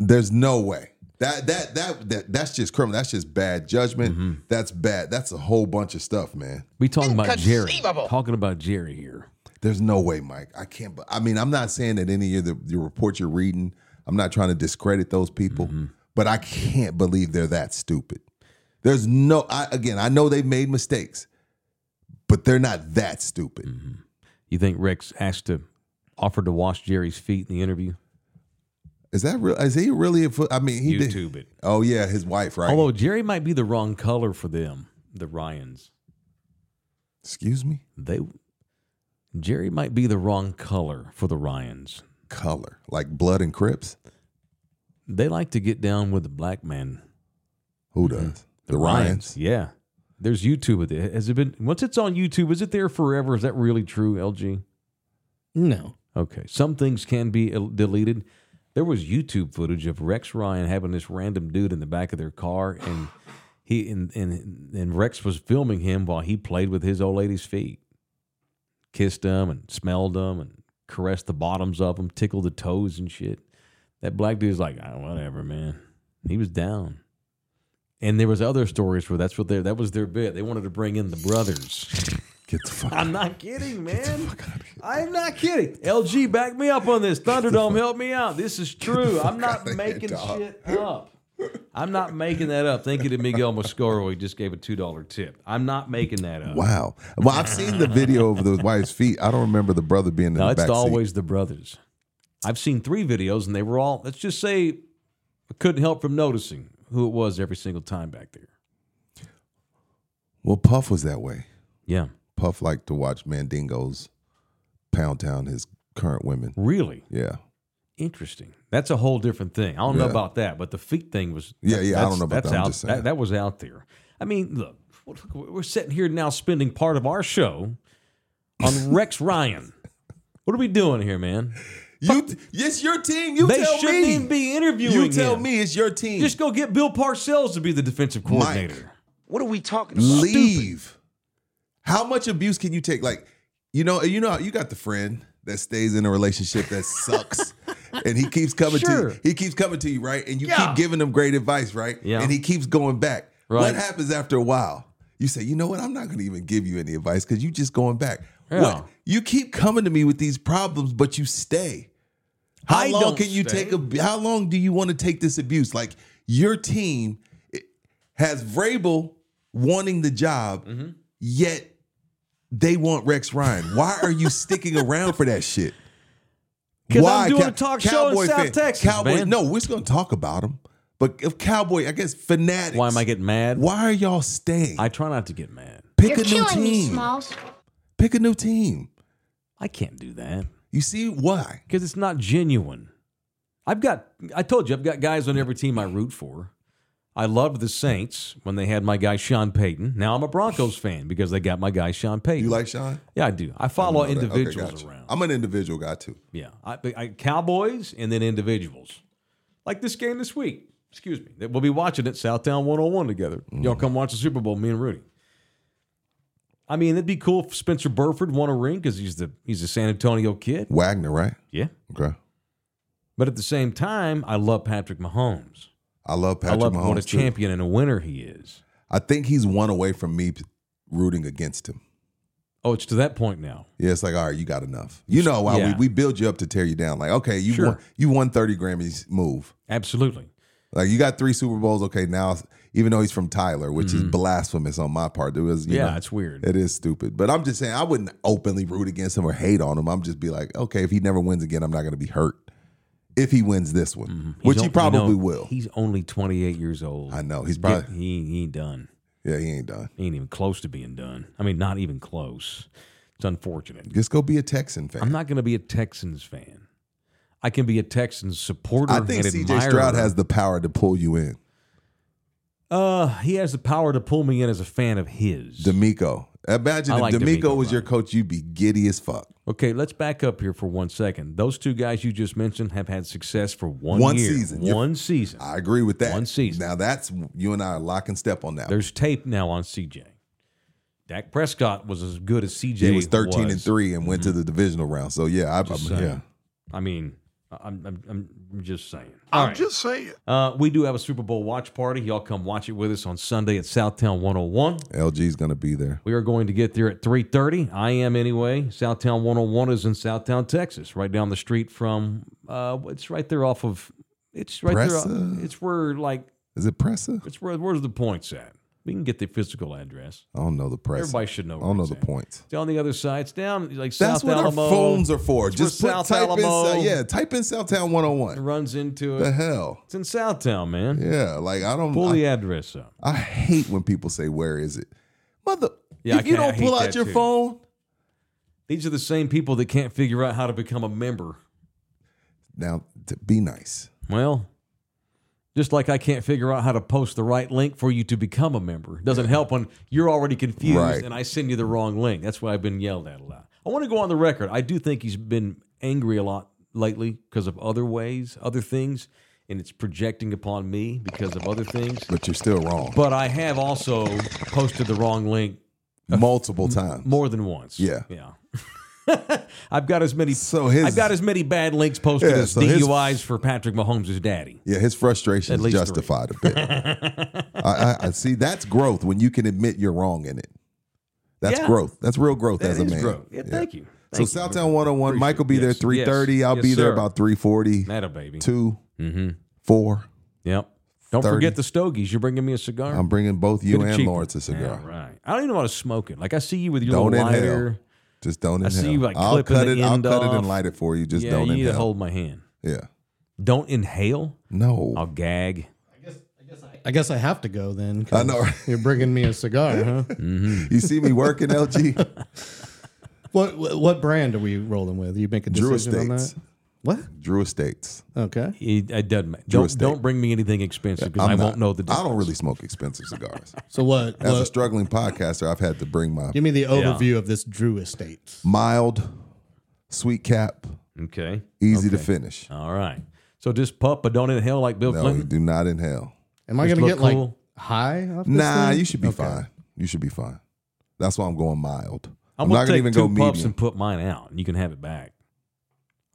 Speaker 3: There's no way. That that that that that's just criminal. That's just bad judgment. That's bad. That's a whole bunch of stuff, man.
Speaker 2: We talking about Jerry.
Speaker 6: Inconceivable.
Speaker 2: Talking about Jerry here.
Speaker 3: There's no way, Mike. I can't. I mean, I'm not saying that any of the, the reports you're reading. I'm not trying to discredit those people, but I can't believe they're that stupid. There's no. I, again, I know they've made mistakes, but they're not that stupid.
Speaker 2: You think Rex asked to offered to wash Jerry's feet in the interview?
Speaker 3: Is that real? Is he really? A, fo- I mean, he did.
Speaker 2: YouTube it.
Speaker 3: Oh yeah, his wife, right?
Speaker 2: Although Jerry might be the wrong color for them, the Ryans.
Speaker 3: excuse me,
Speaker 2: They Jerry might be the wrong color for the Ryans.
Speaker 3: color like blood and Crips.
Speaker 2: They like to get down with the black man.
Speaker 3: Who does the, Ryans?
Speaker 2: Yeah. There's YouTube with it. Has it been once it's on YouTube, is it there forever? Is that really true, LG?
Speaker 4: No.
Speaker 2: Okay. Some things can be el- deleted. There was YouTube footage of Rex Ryan having this random dude in the back of their car and he and and, and Rex was filming him while he played with his old lady's feet. Kissed them and smelled them and caressed the bottoms of them, tickled the toes and shit. That black dude's like, "Ah, whatever, man. He was down. And there was other stories where that's what they that was their bit. They wanted to bring in the brothers.
Speaker 3: Get the fuck.
Speaker 2: I'm not kidding, man. I'm not kidding. LG, back me up on this. Thunderdome, help me out. This is true. I'm not making
Speaker 3: dog.
Speaker 2: shit up. I'm not making that up. Thank you to Miguel Moscoro. He just gave a two dollar tip. I'm not making that up.
Speaker 3: Wow. Well, I've seen the video of the wife's feet. I don't remember the brother being in
Speaker 2: No,
Speaker 3: the
Speaker 2: it's
Speaker 3: back
Speaker 2: always the brothers. I've seen three videos, and they were all. Let's just say, I couldn't help from noticing who it was every single time back there.
Speaker 3: seat. Well, Puff was that way.
Speaker 2: Yeah,
Speaker 3: Puff liked to watch Mandingo's pound town his current women.
Speaker 2: really
Speaker 3: Yeah.
Speaker 2: interesting. That's a whole different thing. I don't know
Speaker 3: Yeah.
Speaker 2: about that, but the feet thing was.
Speaker 3: Yeah, yeah, I
Speaker 2: that's-
Speaker 3: don't know about
Speaker 2: that's
Speaker 3: that. I'm
Speaker 2: Out,
Speaker 3: just saying.
Speaker 2: That, that was out there. I mean, look, look, we're sitting here now, spending part of our show on Rex Ryan. What are we doing here, man?
Speaker 3: You it's your team. You
Speaker 2: they shouldn't even be interviewing him.
Speaker 3: it's your team.
Speaker 2: Just go get Bill Parcells to be the defensive coordinator.
Speaker 5: What are we talking about?
Speaker 3: leave. How much abuse can you take? Like, you know, you know, how you got the friend that stays in a relationship that sucks, and he keeps coming
Speaker 2: Sure.
Speaker 3: to he keeps coming to you, right? And you
Speaker 2: Yeah.
Speaker 3: keep giving him great advice, right?
Speaker 2: Yeah.
Speaker 3: And he keeps going back.
Speaker 2: Right.
Speaker 3: What happens after a while? You say, you know what? I'm not going to even give you any advice because you just going back.
Speaker 2: Yeah.
Speaker 3: What? You keep coming to me with these problems, but you stay. How
Speaker 2: I
Speaker 3: long
Speaker 2: don't
Speaker 3: can you
Speaker 2: stay.
Speaker 3: take a? How long do you want to take this abuse? Like your team eh, has Vrabel wanting the job,
Speaker 2: Mm-hmm.
Speaker 3: yet they want Rex Ryan. Why are you sticking around for that shit?
Speaker 2: 'Cause I'm
Speaker 3: Why?
Speaker 2: doing a talk show in South Texas,
Speaker 3: Cowboy,
Speaker 2: man.
Speaker 3: no, we're just gonna talk about him. But if Cowboy, I guess fanatics.
Speaker 2: Why am I getting mad?
Speaker 3: Why are y'all staying?
Speaker 2: I try not to get mad.
Speaker 3: Pick
Speaker 6: You're
Speaker 3: a new
Speaker 6: killing
Speaker 3: team.
Speaker 6: me, Smalls.
Speaker 3: Pick a new team.
Speaker 2: I can't do that
Speaker 3: You see why?
Speaker 2: because it's not genuine. I've got, I told you, I've got guys on every team I root for. I loved the Saints when they had my guy Sean Payton. Now I'm a Broncos fan because they got my guy Sean Payton.
Speaker 3: You like Sean?
Speaker 2: Yeah, I do. I follow
Speaker 3: Okay,
Speaker 2: individuals
Speaker 3: gotcha.
Speaker 2: around.
Speaker 3: I'm an individual guy too.
Speaker 2: yeah, I, I, Cowboys and then individuals. Like this game this week. Excuse me. That we'll be watching at Southtown 101 together.
Speaker 3: Mm.
Speaker 2: Y'all come watch the Super Bowl. Me and Rudy. I mean, it'd be cool if Spencer Burford won a ring because he's the he's a San Antonio kid.
Speaker 3: Wagner, right?
Speaker 2: Yeah,
Speaker 3: Okay.
Speaker 2: but at the same time, I love Patrick Mahomes.
Speaker 3: I love Patrick
Speaker 2: I love
Speaker 3: Mahomes.
Speaker 2: what a
Speaker 3: too.
Speaker 2: champion and a winner he is.
Speaker 3: I think he's one away from me rooting against him.
Speaker 2: Oh, it's to that point now.
Speaker 3: Yeah, it's like, all right, you got enough. You know why
Speaker 2: Yeah.
Speaker 3: we, we build you up to tear you down. Like, okay, you
Speaker 2: Sure.
Speaker 3: won you won 30 Grammys move.
Speaker 2: Absolutely.
Speaker 3: Like you got three Super Bowls, okay, now even though he's from Tyler, which is blasphemous on my part. It was you
Speaker 2: yeah,
Speaker 3: know,
Speaker 2: it's weird.
Speaker 3: it is stupid. But I'm just saying I wouldn't openly root against him or hate on him. I'm just be like, okay, if he never wins again, I'm not gonna be hurt. If he wins this one,
Speaker 2: He's
Speaker 3: which
Speaker 2: on-
Speaker 3: Mm-hmm. he
Speaker 2: you
Speaker 3: probably
Speaker 2: know,
Speaker 3: will.
Speaker 2: He's only 28 years old.
Speaker 3: I know. He's
Speaker 2: Yeah,
Speaker 3: probably
Speaker 2: he, he ain't done.
Speaker 3: yeah, he ain't done.
Speaker 2: He ain't even close to being done. I mean, not even close. It's unfortunate.
Speaker 3: Just go be a Texan fan.
Speaker 2: I'm not going to be a Texans fan. I can be a Texans supporter.
Speaker 3: I think
Speaker 2: and
Speaker 3: CJ
Speaker 2: admirer.
Speaker 3: Stroud has the power to pull you in.
Speaker 2: Uh, he has the power to pull me in as a fan of his.
Speaker 3: D'Amico Imagine
Speaker 2: I
Speaker 3: if
Speaker 2: like
Speaker 3: D'Amico
Speaker 2: D'Amico,
Speaker 3: was
Speaker 2: right.
Speaker 3: your coach, you'd be giddy as fuck.
Speaker 2: Okay, let's back up here for one second. Those two guys you just mentioned have had success for one,
Speaker 3: One
Speaker 2: year,
Speaker 3: season. You're-
Speaker 2: One season.
Speaker 3: I agree with that.
Speaker 2: One season.
Speaker 3: Now that's you and I are lock and step on that.
Speaker 2: There's tape now on CJ. Dak Prescott was as good as CJ.
Speaker 3: he was thirteen and
Speaker 2: was. Mm-hmm.
Speaker 3: three and went to the divisional round. So yeah, I, I'm, yeah.
Speaker 2: I mean, I'm, I'm, I'm just saying.
Speaker 6: I'm just saying.
Speaker 2: Uh, we do have a Super Bowl watch party. Y'all come watch it with us on Sunday at Southtown 101.
Speaker 3: LG's gonna be there.
Speaker 2: We are going to get there at 3.30. I am anyway. Southtown 101 is in Southtown, Texas, right down the street from, uh, it's right there off of, it's right there.
Speaker 3: Presa?
Speaker 2: It's where like,
Speaker 3: Is it Pressa?
Speaker 2: it's where, where's the points at? We can get the physical address.
Speaker 3: I don't know the Pressa.
Speaker 2: Everybody should know.
Speaker 3: I
Speaker 2: where
Speaker 3: don't know
Speaker 2: it's
Speaker 3: the
Speaker 2: at.
Speaker 3: points.
Speaker 2: It's on the other side. It's down like
Speaker 3: That's
Speaker 2: South
Speaker 3: what
Speaker 2: Alamo.
Speaker 3: our phones are for.
Speaker 2: It's
Speaker 3: Just
Speaker 2: where
Speaker 3: put,
Speaker 2: South
Speaker 3: type
Speaker 2: Alamo.
Speaker 3: in Sou- yeah, type in Southtown One Hundred One.
Speaker 2: runs into
Speaker 3: The
Speaker 2: it.
Speaker 3: hell,
Speaker 2: It's in Southtown, man.
Speaker 3: yeah. Like I don't.
Speaker 2: Pull the
Speaker 3: I,
Speaker 2: address up.
Speaker 3: I hate when people say where is it, mother.
Speaker 2: Yeah, I
Speaker 3: if you
Speaker 2: can't- I
Speaker 3: don't
Speaker 2: hate
Speaker 3: pull out
Speaker 2: that
Speaker 3: your
Speaker 2: too.
Speaker 3: phone,
Speaker 2: These are the same people that can't figure out how to become a member.
Speaker 3: now to be nice.
Speaker 2: Well, just like I can't figure out how to post the right link for you to become a member. Doesn't help when you're already confused
Speaker 3: Right.
Speaker 2: and I send you the wrong link. That's why I've been yelled at a lot. I want to go on the record. I do think he's been angry a lot lately because of other ways, other things, and it's projecting upon me because of other things.
Speaker 3: But you're still wrong.
Speaker 2: But I have also posted the wrong link
Speaker 3: multiple times.
Speaker 2: more than once.
Speaker 3: Yeah.
Speaker 2: yeah. I've got as many.
Speaker 3: So his-
Speaker 2: I've got as many bad links posted
Speaker 3: Yeah,
Speaker 2: as
Speaker 3: so his-
Speaker 2: DUIs for Patrick Mahomes' daddy.
Speaker 3: Yeah, his frustration
Speaker 2: At
Speaker 3: is
Speaker 2: least three.
Speaker 3: justified a bit. I, I, I see. That's growth when you can admit you're wrong in it. That's
Speaker 2: Yeah.
Speaker 3: growth. That's real growth
Speaker 2: That
Speaker 3: as a
Speaker 2: is
Speaker 3: man.
Speaker 2: growth. Yeah, Thank you.
Speaker 3: So
Speaker 2: Thank you.
Speaker 3: Southtown 101, Mike will be there
Speaker 2: Yes.
Speaker 3: 3.30. I'll
Speaker 2: Yes,
Speaker 3: be there
Speaker 2: sir. Mm-hmm.
Speaker 3: about 3.40,
Speaker 2: That a baby.
Speaker 3: 2, 4.
Speaker 2: Yep. Don't
Speaker 3: 30.
Speaker 2: forget the stogies. You're bringing me a cigar.
Speaker 3: I'm bringing both you
Speaker 2: Get a
Speaker 3: and
Speaker 2: cheap
Speaker 3: Lawrence a
Speaker 2: one.
Speaker 3: cigar.
Speaker 2: Yeah, right. I don't even know how to smoke it. Like I see you with your
Speaker 3: Don't
Speaker 2: little
Speaker 3: inhale.
Speaker 2: lighter.
Speaker 3: Just don't inhale.
Speaker 2: see you, like,
Speaker 3: I'll
Speaker 2: clipping
Speaker 3: cut
Speaker 2: the
Speaker 3: it. I'll
Speaker 2: end
Speaker 3: cut it
Speaker 2: off.
Speaker 3: and light it for you. Just
Speaker 2: yeah,
Speaker 3: don't
Speaker 2: you need to
Speaker 3: inhale.
Speaker 2: hold my hand.
Speaker 3: yeah.
Speaker 2: Don't inhale.
Speaker 3: No.
Speaker 2: I'll gag.
Speaker 4: I guess I have to go then. 'cause
Speaker 3: I know. Mm.
Speaker 4: You're bringing me a cigar, huh?
Speaker 3: you see me working, LG?
Speaker 4: what what- what brand are we rolling with? You make a
Speaker 3: Drew
Speaker 4: decision on that.
Speaker 3: Estates.
Speaker 4: What?
Speaker 3: Drew Estates.
Speaker 4: Okay.
Speaker 2: It, it doesn't matter. Don't,
Speaker 3: estate.
Speaker 2: don't bring me anything expensive because
Speaker 3: I'm
Speaker 2: I
Speaker 3: not-
Speaker 2: won't know the difference.
Speaker 3: I don't really smoke expensive cigars.
Speaker 4: So what?
Speaker 3: As a
Speaker 4: what-
Speaker 3: struggling podcaster, I've had to bring my
Speaker 4: give me the overview of this Drew Estates.
Speaker 3: mild, sweet cap,
Speaker 2: Okay.
Speaker 3: easy to finish.
Speaker 2: All right. So just puff, but don't inhale like Bill
Speaker 3: No, you
Speaker 2: Clinton.
Speaker 3: do not inhale.
Speaker 4: Am I
Speaker 2: Just
Speaker 4: going to
Speaker 2: look
Speaker 4: get like
Speaker 2: cool.
Speaker 4: high? Off this
Speaker 3: Nah,
Speaker 4: thing?
Speaker 3: you should be
Speaker 4: Okay.
Speaker 3: fine. You should be fine. That's why I'm going mild.
Speaker 2: I'm,
Speaker 3: I'm,
Speaker 2: gonna
Speaker 3: not gonna
Speaker 2: take
Speaker 3: even
Speaker 2: two
Speaker 3: go
Speaker 2: puffs
Speaker 3: medium.
Speaker 2: and put mine out, and you can have it back,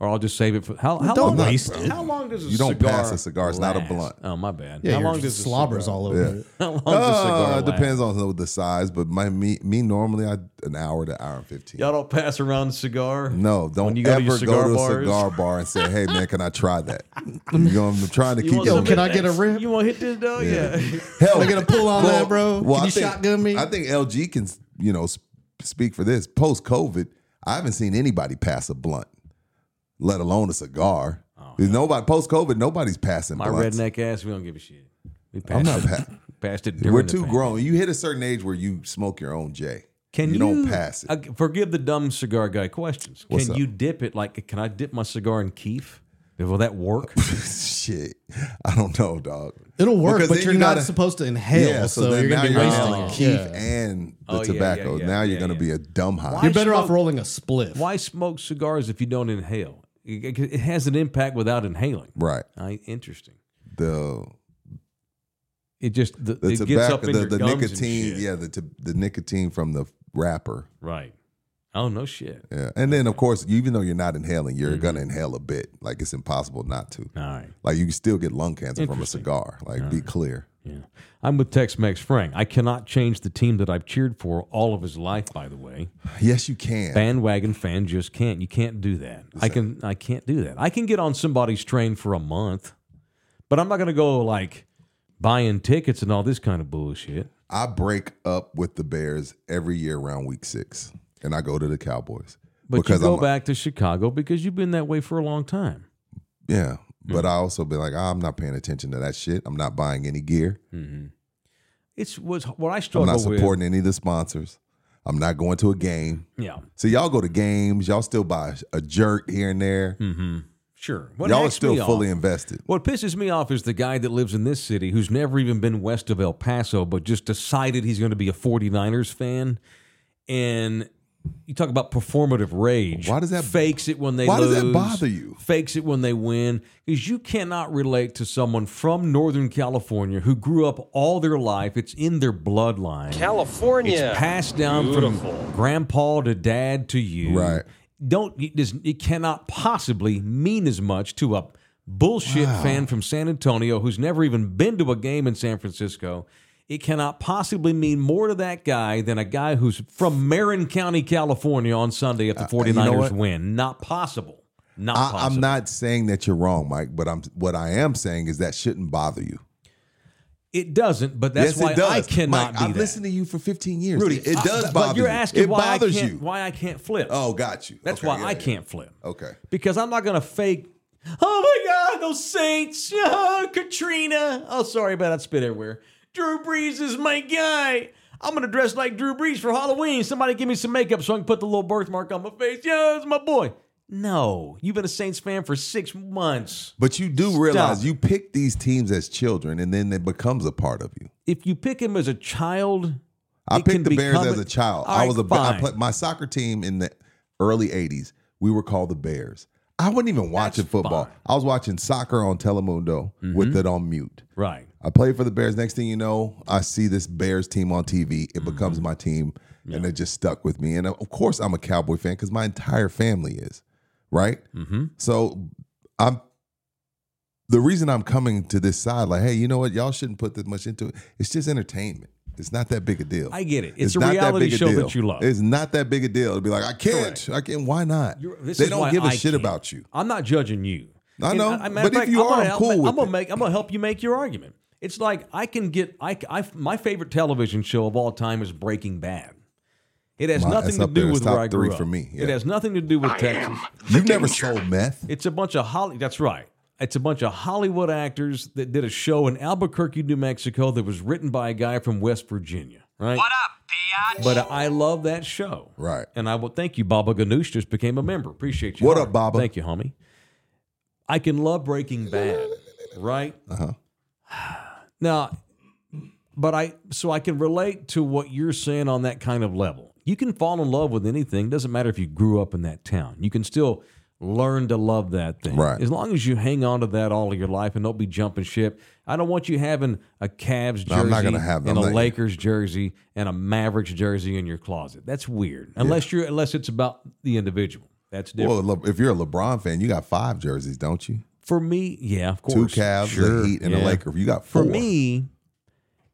Speaker 2: or I'll just save it for how, how
Speaker 4: don't
Speaker 2: long?
Speaker 4: waste it.
Speaker 2: How long does a
Speaker 3: You don't
Speaker 2: cigar
Speaker 3: pass a cigar. It's not a
Speaker 2: last?
Speaker 3: blunt.
Speaker 2: Oh my bad.
Speaker 4: Yeah,
Speaker 2: how long
Speaker 4: just
Speaker 2: does
Speaker 4: slobbers all over
Speaker 3: Yeah.
Speaker 4: it?
Speaker 2: How long does a cigar?
Speaker 3: Uh,
Speaker 2: last?
Speaker 3: it depends on the- the size, but my me, me normally I an hour to hour and fifteen.
Speaker 2: Y'all don't pass around the cigar.
Speaker 3: No,
Speaker 2: When
Speaker 3: don't
Speaker 2: you go
Speaker 3: ever
Speaker 2: to your
Speaker 3: go
Speaker 2: cigar
Speaker 3: to a
Speaker 2: bars.
Speaker 3: cigar bar and say, "Hey man, can I try that?" You know, I'm trying to
Speaker 2: You
Speaker 3: keep
Speaker 2: want
Speaker 3: it.
Speaker 2: some of
Speaker 4: Can I
Speaker 2: that-
Speaker 4: get a rip?
Speaker 2: You want to hit this though? Yeah.
Speaker 3: Hell,
Speaker 4: Can I get a pull on that, bro? Can you
Speaker 3: think,
Speaker 4: shotgun me?
Speaker 3: I think LG can, you know, sp- speak for this. Post COVID, I haven't seen anybody pass a blunt, let alone a cigar. There's nobody post COVID. Nobody's passing
Speaker 2: Oh, my
Speaker 3: blunts.
Speaker 2: redneck ass. We don't give a shit. We passed
Speaker 3: I'm not.
Speaker 2: it.
Speaker 3: Pa-
Speaker 2: passed it. during
Speaker 3: we're
Speaker 2: the
Speaker 3: too
Speaker 2: pandemic.
Speaker 3: grown. You hit a certain age where you smoke your own J.
Speaker 2: Can you,
Speaker 3: don't pass it?
Speaker 2: uh, forgive the dumb cigar guy questions.
Speaker 3: What's
Speaker 2: can
Speaker 3: up?
Speaker 2: you dip it like? Can I dip my cigar in keef? Will that work?
Speaker 3: Shit, I don't know, dog.
Speaker 4: It'll work,
Speaker 3: Because
Speaker 4: but
Speaker 3: then
Speaker 4: you're
Speaker 3: you
Speaker 4: not
Speaker 3: gotta-
Speaker 4: supposed to inhale, so,
Speaker 3: then
Speaker 4: you're
Speaker 3: now
Speaker 4: going to be wasting
Speaker 3: on
Speaker 4: it.
Speaker 3: Keef
Speaker 4: Yeah.
Speaker 3: and the
Speaker 2: Oh, yeah, yeah,
Speaker 3: tobacco.
Speaker 2: yeah,
Speaker 3: now you're
Speaker 2: yeah,
Speaker 3: gonna
Speaker 2: yeah.
Speaker 3: be a dumb hot.
Speaker 4: You're better off
Speaker 2: smoke-
Speaker 4: rolling a spliff.
Speaker 2: Why smoke cigars if you don't inhale? It it has an impact without inhaling.
Speaker 3: Right.
Speaker 2: I, interesting.
Speaker 3: The
Speaker 2: It just the,
Speaker 3: the
Speaker 2: it gets
Speaker 3: tobacco,
Speaker 2: up in
Speaker 3: the,
Speaker 2: your
Speaker 3: the
Speaker 2: gums and
Speaker 3: nicotine,
Speaker 2: shit.
Speaker 3: yeah, the to, the nicotine from the wrapper.
Speaker 2: Right. Oh no shit.
Speaker 3: Yeah, and then of course, even though you're not inhaling, you're gonna
Speaker 2: Mm-hmm.
Speaker 3: inhale a bit. Like it's impossible not to.
Speaker 2: All right.
Speaker 3: Like you can still get lung cancer from a cigar. Like be clear.
Speaker 2: Yeah. I'm with Tex Mex Frank. I cannot change the team that I've cheered for all of his life, by the way.
Speaker 3: Yes, you can.
Speaker 2: Bandwagon fan just can't. You can't do that. I can I can't do that. I can get on somebody's train for a month, but I'm not gonna go like buying tickets and all this kind of bullshit.
Speaker 3: I break up with the Bears every year around week six, and I go to the Cowboys
Speaker 2: But you go
Speaker 3: I'm
Speaker 2: back to Chicago because you've been that way for a long time.
Speaker 3: yeah.
Speaker 2: Mm.
Speaker 3: But I also been like, "Ah, I'm not paying attention to that shit. I'm not buying any gear.
Speaker 2: It's was what I
Speaker 3: I'm
Speaker 2: struggle
Speaker 3: not
Speaker 2: with.
Speaker 3: supporting any of the sponsors. I'm not going to a game.
Speaker 2: Yeah,
Speaker 3: So y'all go to games. Y'all still buy a jerk here and there.
Speaker 2: sure. What
Speaker 3: y'all are
Speaker 2: hacks
Speaker 3: still
Speaker 2: me off-
Speaker 3: fully invested.
Speaker 2: What pisses me off is the guy that lives in this city who's never even been west of El Paso, but just decided he's going to be a 49ers fan and you talk about performative rage.
Speaker 3: Why does that-
Speaker 2: fakes it when they
Speaker 3: why does that
Speaker 2: lose,
Speaker 3: bother you?
Speaker 2: Fakes it when they win because you cannot relate to someone from Northern California who grew up all their life. It's in their bloodline.
Speaker 5: California.
Speaker 2: It's passed down
Speaker 5: Beautiful.
Speaker 2: from grandpa to dad to you.
Speaker 3: Right.
Speaker 2: Don't it, does, it cannot possibly mean as much to a bullshit fan from San Antonio who's never even been to a game in San Francisco. It cannot possibly mean more to that guy than a guy who's from Marin County, California on Sunday if the 49ers
Speaker 3: Uh, what?
Speaker 2: win. Not possible. Not
Speaker 3: I,
Speaker 2: possible.
Speaker 3: I'm not saying that you're wrong, Mike, but I'm what I am saying is that shouldn't bother you.
Speaker 2: It doesn't, but that's
Speaker 3: yes,
Speaker 2: why
Speaker 3: it does.
Speaker 2: I cannot
Speaker 3: Mike,
Speaker 2: be
Speaker 3: I've
Speaker 2: that.
Speaker 3: listened to you for 15 years,
Speaker 2: Rudy,
Speaker 3: It
Speaker 2: I-
Speaker 3: does
Speaker 2: but
Speaker 3: bother.
Speaker 2: you're
Speaker 3: you.
Speaker 2: asking
Speaker 3: it
Speaker 2: why
Speaker 3: bothers
Speaker 2: I can't,
Speaker 3: you.
Speaker 2: why I can't flip.
Speaker 3: Oh, got you.
Speaker 2: That's
Speaker 3: Okay,
Speaker 2: why
Speaker 3: yeah,
Speaker 2: I
Speaker 3: yeah.
Speaker 2: can't flip.
Speaker 3: Okay.
Speaker 2: Because I'm not going to fake, oh my God, those Saints, oh, Katrina. Oh, sorry about that spit everywhere. Drew Brees is my guy. I'm going to dress like Drew Brees for Halloween. Somebody give me some makeup so I can put the little birthmark on my face. Yeah, it's my boy. No, you've been a Saints fan for six months.
Speaker 3: But you do realize
Speaker 2: Stop.
Speaker 3: you pick these teams as children, and then it becomes a part of you.
Speaker 2: If you pick him as a child,
Speaker 3: I
Speaker 2: it can
Speaker 3: picked the Bears
Speaker 2: become-
Speaker 3: as a child.
Speaker 2: All
Speaker 3: I
Speaker 2: right,
Speaker 3: was a I
Speaker 2: fine.
Speaker 3: played my soccer team in the early '80s. We were called the Bears. I wasn't even watching football.
Speaker 2: fine. Mm-hmm.
Speaker 3: I was watching soccer on Telemundo with it on mute.
Speaker 2: Right.
Speaker 3: I played for the Bears. Next thing you know, I see this Bears team on TV. It
Speaker 2: Mm-hmm.
Speaker 3: becomes my team, and it just stuck with me. And uh, of course, I'm a Cowboy fan because my entire family is, right?
Speaker 2: Mm-hmm.
Speaker 3: So I'm the reason I'm coming to this side, like, hey, you know what? Y'all shouldn't put this much into it. It's just entertainment. It's not that big a deal.
Speaker 2: I get it. It's a
Speaker 3: not that
Speaker 2: reality
Speaker 3: big a
Speaker 2: show
Speaker 3: deal.
Speaker 2: that you love.
Speaker 3: It's not that big a deal to be like, I can't, I can't. Why not?
Speaker 2: You're- this
Speaker 3: they
Speaker 2: is
Speaker 3: don't
Speaker 2: why
Speaker 3: give a
Speaker 2: I
Speaker 3: shit
Speaker 2: can't.
Speaker 3: about you.
Speaker 2: I'm not judging you.
Speaker 3: I
Speaker 2: And
Speaker 3: know,
Speaker 2: matter of
Speaker 3: but if you are,
Speaker 2: gonna
Speaker 3: I'm
Speaker 2: help-
Speaker 3: cool with
Speaker 2: I'm gonna
Speaker 3: it.
Speaker 2: make. I'm gonna help you make your argument. It's like I can get. I, I my favorite television show of all time is Breaking Bad. It has
Speaker 3: My-
Speaker 2: nothing
Speaker 3: it's
Speaker 2: to
Speaker 3: up there.
Speaker 2: do
Speaker 3: It's
Speaker 2: with
Speaker 3: top
Speaker 2: where I grew
Speaker 3: three
Speaker 2: up.
Speaker 3: for me, yeah.
Speaker 2: It has nothing to do with Texas.
Speaker 3: You've never sold meth.
Speaker 2: It's a bunch of Holly. That's right. It's a bunch of Hollywood actors that did a show in Albuquerque, New Mexico, that was written by a guy from West Virginia. Right. What up, But I love that show.
Speaker 3: Right.
Speaker 2: And I will thank you, Baba Ganoush just became a member. Appreciate you.
Speaker 3: What
Speaker 2: homie.
Speaker 3: up, Baba?
Speaker 2: Thank you, homie. I can love Breaking Bad, right?
Speaker 3: Uh-huh.
Speaker 2: Now, but I so I can relate to what you're saying on that kind of level. You can fall in love with anything. Doesn't matter if you grew up in that town. You can still learn to love that thing.
Speaker 3: Right.
Speaker 2: As long as you hang on to that all of your life and don't be jumping ship. I don't want you having a Cavs jersey
Speaker 3: No, I'm not gonna have-
Speaker 2: and
Speaker 3: I'm
Speaker 2: a
Speaker 3: not-
Speaker 2: Lakers jersey and a Mavericks jersey in your closet. That's weird. Unless you're unless it's about the individual. That's different.
Speaker 3: Well, Le- if you're a LeBron fan, you got five jerseys, don't you?
Speaker 2: For me, yeah, of course.
Speaker 3: Two Cavs,
Speaker 2: Sure,
Speaker 3: a Heat, and a
Speaker 2: yeah.
Speaker 3: Laker. You got
Speaker 2: For
Speaker 3: four.
Speaker 2: me,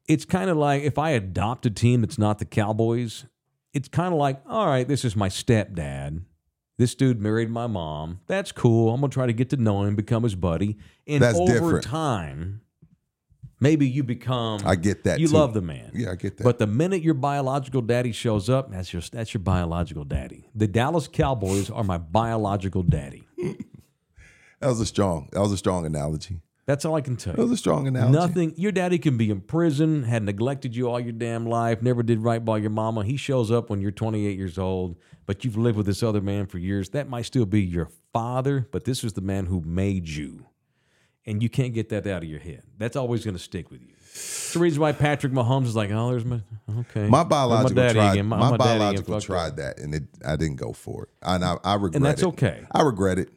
Speaker 2: it's kind of like if I adopt a team that's not the Cowboys, it's kind of like, all right, this is my stepdad. This dude married my mom. That's cool. I'm going to try to get to know him, become his buddy. And
Speaker 3: That's
Speaker 2: over
Speaker 3: different.
Speaker 2: time, maybe you become.
Speaker 3: I get that.
Speaker 2: You
Speaker 3: too.
Speaker 2: love the man.
Speaker 3: Yeah, I get that.
Speaker 2: But the minute your biological daddy shows up, that's your that's your biological daddy. The Dallas Cowboys are my biological daddy.
Speaker 3: that was a strong. That was a strong analogy.
Speaker 2: That's all I can tell you.
Speaker 3: That was a strong analogy.
Speaker 2: Nothing. Your daddy can be in prison, had neglected you all your damn life, never did right by your mama. He shows up when you're 28 years old, but you've lived with this other man for years. That might still be your father, but this was the man who made you. And you can't get that out of your head. That's always going to stick with you. It's the reason why Patrick Mahomes is like, oh, there's my, okay.
Speaker 3: My
Speaker 2: There's
Speaker 3: biological
Speaker 2: daddy
Speaker 3: tried.
Speaker 2: again.
Speaker 3: My,
Speaker 2: daddy again.
Speaker 3: biological
Speaker 2: Fuck that.
Speaker 3: tried that, and it, I didn't go for it, and I, I regret.
Speaker 2: that's
Speaker 3: it.
Speaker 2: okay.
Speaker 3: I regret it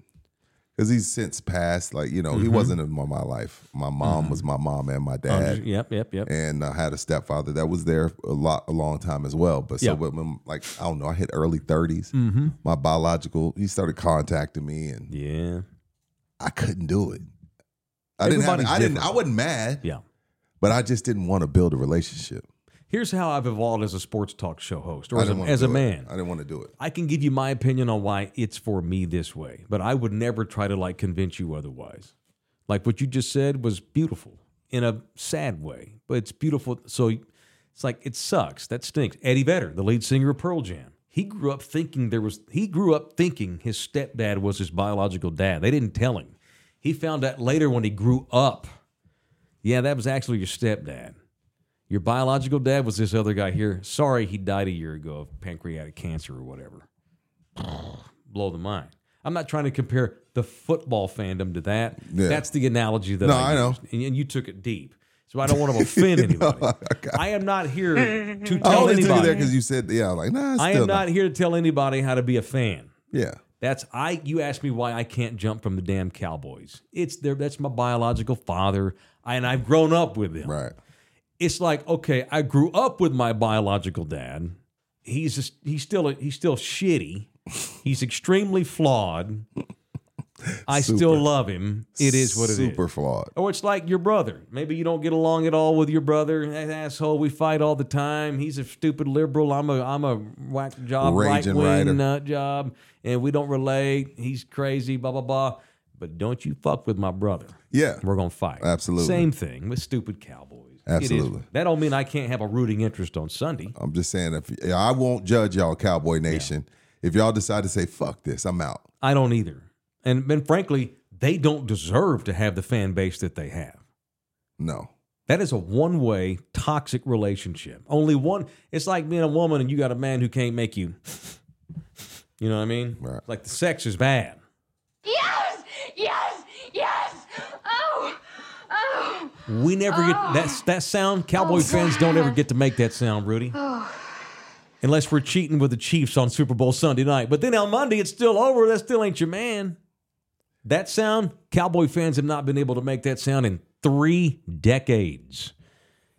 Speaker 3: because he's since passed. Like you know,
Speaker 2: Mm-hmm.
Speaker 3: he wasn't in my, my life. My mom was my mom
Speaker 2: Oh,
Speaker 3: and my dad,
Speaker 2: Yep, yep, yep.
Speaker 3: uh, and I had a stepfather that was there a lot, a long time as well. But so
Speaker 2: Yeah. Mm-hmm.
Speaker 3: when, when, like I don't know, I hit early 30s My biological, he started contacting me, and
Speaker 2: Yeah.
Speaker 3: I couldn't do it. I didn't. Have,
Speaker 2: Everybody's
Speaker 3: I didn't. I
Speaker 2: different.
Speaker 3: wasn't mad,
Speaker 2: Yeah.
Speaker 3: but I just didn't want to build a relationship.
Speaker 2: Here's how I've evolved as a sports talk show host or
Speaker 3: I
Speaker 2: as a,
Speaker 3: didn't wanna
Speaker 2: as a
Speaker 3: do it.
Speaker 2: man.
Speaker 3: I didn't want to do it.
Speaker 2: I can give you my opinion on why it's for me this way, but I would never try to like convince you otherwise. Like what you just said was beautiful in a sad way, but it's beautiful. So it's like it sucks. That stinks. Eddie Vedder, the lead singer of Pearl Jam, he grew up thinking there was he grew up thinking his stepdad was his biological dad. They didn't tell him. He found out later when he grew up. Yeah, that was actually your stepdad. Your biological dad was this other guy here. Sorry, he died a year ago of pancreatic cancer or whatever. Blow the mind. I'm not trying to compare the football fandom to that.
Speaker 3: Yeah.
Speaker 2: That's the analogy that
Speaker 3: No,
Speaker 2: I,
Speaker 3: I know.
Speaker 2: used. And, and you took it deep. so I don't want to offend anybody. I am not here to
Speaker 3: I
Speaker 2: tell
Speaker 3: only took it there
Speaker 2: anybody.
Speaker 3: because you said, yeah, I'm like, nah, it's
Speaker 2: I
Speaker 3: still
Speaker 2: am not here to tell anybody how to be a fan.
Speaker 3: Yeah.
Speaker 2: That's I. You asked me why I can't jump from the damn Cowboys. It's there. That's my biological father, and I've grown up with him.
Speaker 3: Right.
Speaker 2: It's like okay, I grew up with my biological dad. He's just, he's still he's still shitty. He's extremely flawed. I still love him. It is what it is.
Speaker 3: Super flawed.
Speaker 2: Or Oh, it's like your brother. Maybe you don't get along at all with your brother. That asshole. We fight all the time. He's a stupid liberal. I'm a I'm a whack job right
Speaker 3: Raging rider.
Speaker 2: wing nut job, and we don't relate. He's crazy. Blah blah blah. But don't you fuck with my brother.
Speaker 3: Yeah.
Speaker 2: We're gonna fight.
Speaker 3: Absolutely.
Speaker 2: Same thing with stupid cowboys. It is-
Speaker 3: Absolutely.
Speaker 2: That don't mean I can't have a rooting interest on Sunday.
Speaker 3: I'm just saying, if I won't judge y'all, Cowboy Nation. If y'all decide to say, fuck this, I'm out.
Speaker 2: I don't either. And and frankly, they don't deserve to have the fan base that they have.
Speaker 3: No.
Speaker 2: That is a one way toxic relationship. Only one. It's like being a woman and you got a man who can't make you. You know what I mean?
Speaker 3: Right.
Speaker 2: Like the sex is bad.
Speaker 6: Yes! Yes! Yes! Oh! Oh!
Speaker 2: We never get that that sound. Cowboy fans don't ever get to make that sound, Rudy. Unless we're cheating with the Chiefs on Super Bowl Sunday night. But then on Monday, it's still over. That still ain't your man. That sound, Cowboy fans have not been able to make that sound in three decades.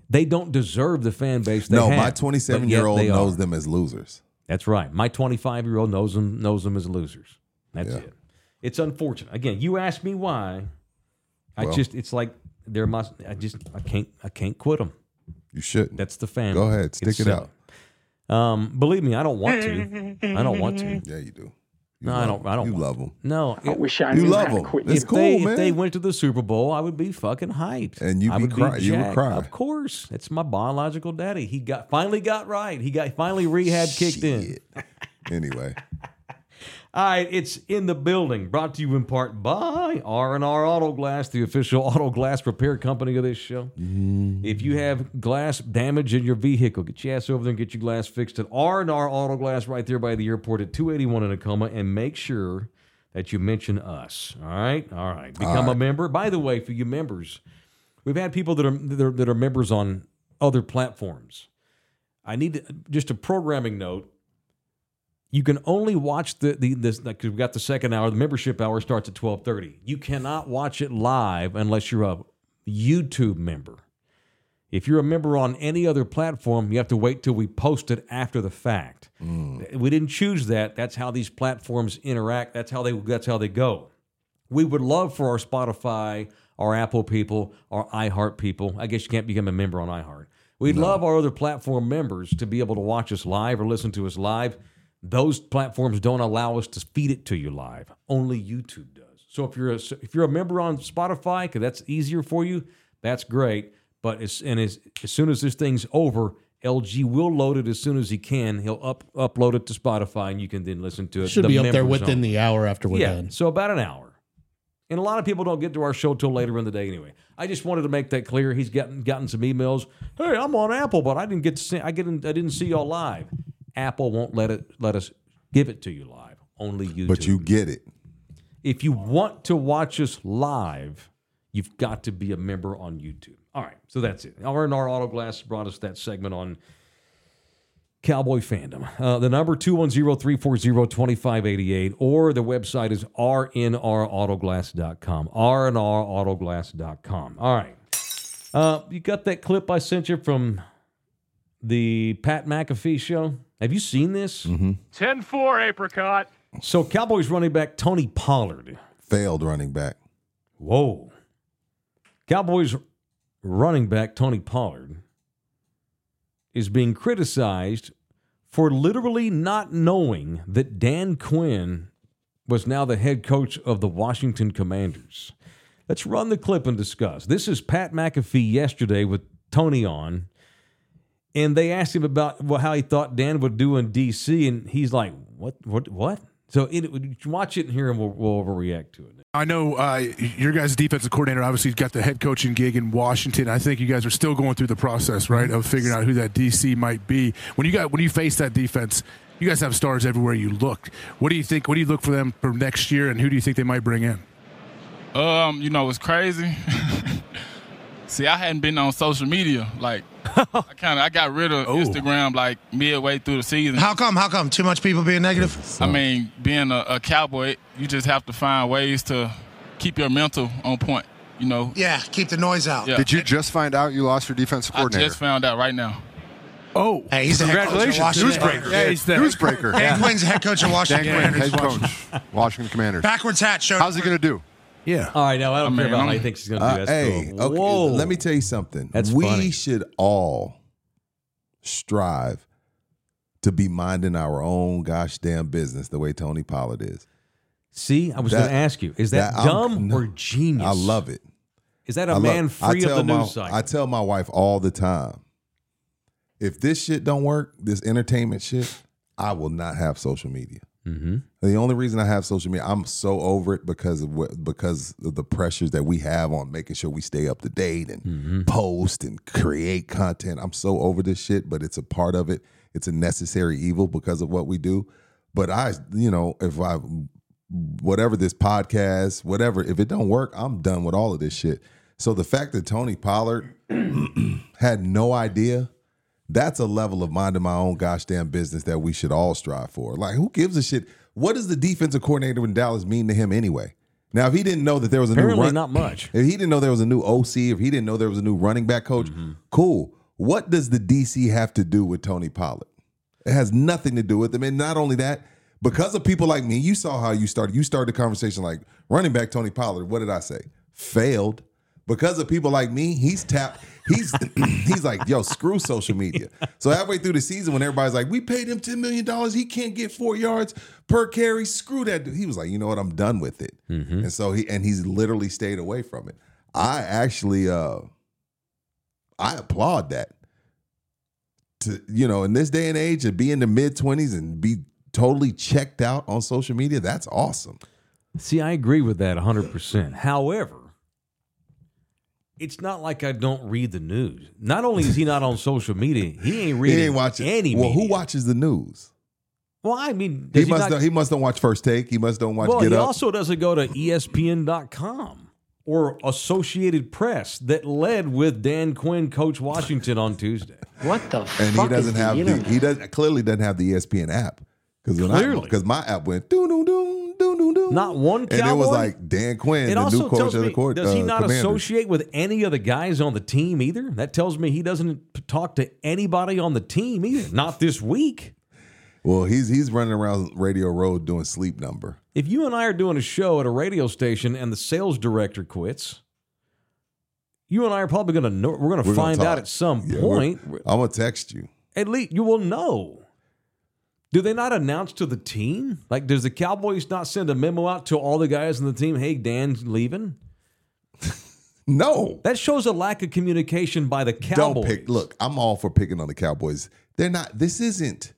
Speaker 2: They don't deserve the fan base they
Speaker 3: no,
Speaker 2: have,
Speaker 3: my
Speaker 2: but
Speaker 3: 27
Speaker 2: yet
Speaker 3: year old
Speaker 2: they are.
Speaker 3: knows them as losers.
Speaker 2: That's right. My 25 year old knows them knows them as losers. That's it. It's unfortunate. Again, you asked me why. I
Speaker 3: Well.
Speaker 2: just it's like they're my I just I can't I can't quit them.
Speaker 3: You shouldn't.
Speaker 2: That's the family.
Speaker 3: Go ahead, stick
Speaker 2: It's
Speaker 3: it out.
Speaker 2: silly. Um, believe me, I don't want to. I don't want to.
Speaker 3: Yeah, you do. You
Speaker 2: No, I
Speaker 3: love
Speaker 2: don't. I don't.
Speaker 3: You
Speaker 2: want
Speaker 3: love
Speaker 2: to.
Speaker 3: them.
Speaker 2: No.
Speaker 7: I
Speaker 2: it-
Speaker 7: wish I
Speaker 3: You
Speaker 7: knew
Speaker 3: love
Speaker 7: how to
Speaker 3: them.
Speaker 7: quit.
Speaker 3: That's
Speaker 2: if
Speaker 3: cool,
Speaker 2: they
Speaker 3: man.
Speaker 2: if they went to the Super Bowl, I would be fucking hyped,
Speaker 3: And you'd
Speaker 2: I
Speaker 3: be
Speaker 2: would
Speaker 3: cry- you would
Speaker 2: jacked.
Speaker 3: cry.
Speaker 2: Of course, it's my biological daddy. He got finally got right. He got finally rehab kicked in.
Speaker 3: Anyway,
Speaker 2: All right, it's in the building. Brought to you in part by R and R Auto Glass, the official auto glass repair company of this show. If you have glass damage in your vehicle, get your ass over there and get your glass fixed at R and R Auto Glass right there by the airport at 281 in Tacoma, and make sure that you mention us. All right, all right. Become a member. By the way, for you members, we've had people that are that are, that are members on other platforms. I need to, just a programming note. You can only watch the the this like we've got the second hour. The membership hour starts at twelve thirty. You cannot watch it live unless you're a YouTube member. If you're a member on any other platform, you have to wait till we post it after the fact. We didn't choose that. That's how these platforms interact. That's how they that's how they go. We would love for our Spotify, our Apple people, our iHeart people. I guess you can't become a member on iHeart. We'd love our other platform members to be able to watch us live or listen to us live. Those platforms don't allow us to feed it to you live. Only YouTube does. So if you're a, if you're a member on Spotify, because that's easier for you, that's great. But as and as, as soon as this thing's over, LG will load it as soon as he can. He'll up upload it to Spotify, and you can then listen to it.
Speaker 4: Should
Speaker 2: The
Speaker 4: be up there
Speaker 2: members
Speaker 4: within
Speaker 2: only.
Speaker 4: the hour after we're
Speaker 2: Yeah,
Speaker 4: done.
Speaker 2: so about an hour. And a lot of people don't get to our show till later in the day anyway. I just wanted to make that clear. He's gotten gotten some emails. Hey, I'm on Apple, but I didn't get to see I didn't I didn't see y'all live. Apple won't let it let us give it to you live. Only YouTube.
Speaker 3: but you get it.
Speaker 2: if you want to watch us live, you've got to be a member on YouTube. All right, so that's it. R and R Auto Glass brought us that segment on Cowboy fandom. Uh, the number 210-340-2588 or the website is rnrautoglass.com. rnrautoglass.com. All right. Uh, you got that clip I sent you from the Pat McAfee show? Have you seen this?
Speaker 8: 10 4 apricot.
Speaker 2: So Cowboys running back Tony Pollard.
Speaker 3: Failed running back.
Speaker 2: Whoa. Cowboys running back Tony Pollard is being criticized for literally not knowing that Dan Quinn was now the head coach of the Washington Commanders. Let's run the clip and discuss. This is Pat McAfee yesterday with Tony on, and they asked him about well, how he thought Dan would do in D.C., and he's like, "What? What? What?" So it, watch it and hear, and we'll, we'll overreact to it.
Speaker 9: I know uh, your guys' defensive coordinator obviously got the head coaching gig in Washington. I think you guys are still going through the process, right, of figuring out who that DC might be. When you got when you face that defense, you guys have stars everywhere you look. What do you think? What do you look for them for next year, and who do you think they might bring in?
Speaker 10: Um, you know, it's crazy.
Speaker 7: See, I hadn't been on social media. Like, I kind of I got rid of Instagram like midway through the season.
Speaker 10: How come? How come? Too much people being negative?
Speaker 7: I mean, being a, a cowboy, you just have to find ways to keep your mental on point. You know.
Speaker 10: Yeah, keep the noise out.
Speaker 7: Yeah.
Speaker 11: Did you just find out you lost your defensive
Speaker 7: I
Speaker 11: coordinator?
Speaker 7: just found out right now.
Speaker 9: Oh,
Speaker 10: Hey, he's the head coach of Washington.
Speaker 11: Newsbreaker.
Speaker 9: Yeah, he's the-
Speaker 11: Newsbreaker.
Speaker 10: Dan Quinn's the head coach of Washington.
Speaker 11: Dan Quinn,
Speaker 10: Commanders.
Speaker 11: head coach, Washington Commanders.
Speaker 10: Backwards hat show.
Speaker 11: How's he going to do?
Speaker 9: Yeah.
Speaker 2: All right, now I don't care
Speaker 7: mean,
Speaker 2: about
Speaker 7: I'm-
Speaker 2: how he thinks he's going to
Speaker 3: Uh,
Speaker 2: do. That's
Speaker 3: hey,
Speaker 2: cool.
Speaker 3: okay,
Speaker 2: Whoa.
Speaker 3: let me tell you something.
Speaker 2: That's
Speaker 3: we
Speaker 2: funny.
Speaker 3: should all strive to be minding our own gosh damn business the way Tony Pollard is.
Speaker 2: See, I was
Speaker 3: That-
Speaker 2: going to ask you: Is that,
Speaker 3: that I'm-
Speaker 2: dumb
Speaker 3: no.
Speaker 2: or genius?
Speaker 3: I love it.
Speaker 2: Is that
Speaker 3: I
Speaker 2: a
Speaker 3: love-
Speaker 2: man
Speaker 3: I
Speaker 2: free of
Speaker 3: tell
Speaker 2: the
Speaker 3: my,
Speaker 2: news cycle?
Speaker 3: I tell my wife all the time, if this shit don't work, this entertainment shit, I will not have social media.
Speaker 2: Mm-hmm.
Speaker 3: The only reason I have social media, I'm so over it because of what because of the pressures that we have on making sure we stay up to date and
Speaker 2: Mm-hmm.
Speaker 3: post and create content. I'm so over this shit, but it's a part of it. It's a necessary evil because of what we do. But I, you know, if I whatever this podcast, whatever, if it don't work, I'm done with all of this shit. So the fact that Tony Pollard had no idea that's a level of minding my own gosh damn business that we should all strive for. Like, who gives a shit? What does the defensive coordinator in Dallas mean to him anyway? Now, if he didn't know that there was a new
Speaker 2: Apparently,
Speaker 3: run,
Speaker 2: not much.
Speaker 3: if he didn't know there was a new OC, if he didn't know there was a new running back coach, cool. What does the DC have to do with Tony Pollard? It has nothing to do with him. And not only that, because of people like me, you saw how you started. You started the conversation like running back Tony Pollard. What did I say? Failed. Because of people like me, he's tapped. He's he's like, yo, screw social media. So halfway through the season, when everybody's like, we paid him ten million dollars, he can't get four yards per carry. Screw that. Dude. He was like, you know what? I'm done with it. And so he and he's literally stayed away from it. I actually, uh I applaud that to you know in this day and age to be in the mid 20s and be totally checked out on social media that's awesome
Speaker 2: See, I agree with that 100%. However, it's not like I don't read the news. Not only is he not on social media, he ain't
Speaker 3: he
Speaker 2: reading
Speaker 3: ain't watching
Speaker 2: any
Speaker 3: well who
Speaker 2: media.
Speaker 3: watches the news
Speaker 2: Well, I mean,
Speaker 3: he,
Speaker 2: does he,
Speaker 3: must
Speaker 2: not-
Speaker 3: don't, he must don't watch first take he must don't watch
Speaker 2: well,
Speaker 3: get
Speaker 2: he
Speaker 3: up
Speaker 2: also doesn't go to E ESPN.com or Associated Press that led with Dan Quinn, Coach Washington on Tuesday.
Speaker 5: What the fuck?
Speaker 3: and he doesn't
Speaker 5: is
Speaker 3: have
Speaker 5: the,
Speaker 3: the,
Speaker 5: internet?
Speaker 3: he doesn't clearly doesn't have the E ESPN app because when I
Speaker 2: Clearly.
Speaker 3: because my app went doo doo doo doo doo doo
Speaker 2: Not one
Speaker 3: and it was
Speaker 2: cowboy?
Speaker 3: like Dan Quinn
Speaker 2: It
Speaker 3: the
Speaker 2: also
Speaker 3: new coach
Speaker 2: tells
Speaker 3: of
Speaker 2: me,
Speaker 3: the court
Speaker 2: does he
Speaker 3: uh,
Speaker 2: not
Speaker 3: Commanders.
Speaker 2: associate with any of the guys on the team either? That tells me he doesn't p- talk to anybody on the team either. Not this week.
Speaker 3: well he's he's running around Radio Road doing sleep number
Speaker 2: If you and I are doing a show at a radio station and the sales director quits, you and I are probably going to know. We're going to
Speaker 3: We're gonna
Speaker 2: find
Speaker 3: talk.
Speaker 2: out at some
Speaker 3: Yeah, we're-
Speaker 2: point.
Speaker 3: I'm gonna text you
Speaker 2: At least you will know. Do they not announce to the team? Like, does the Cowboys not send a memo out to all the guys on the team? Hey, Dan's leaving.
Speaker 3: no
Speaker 2: That shows a lack of communication by the Cowboys.
Speaker 3: Don't pick. Look, I'm all for picking on the Cowboys. They're not. This isn't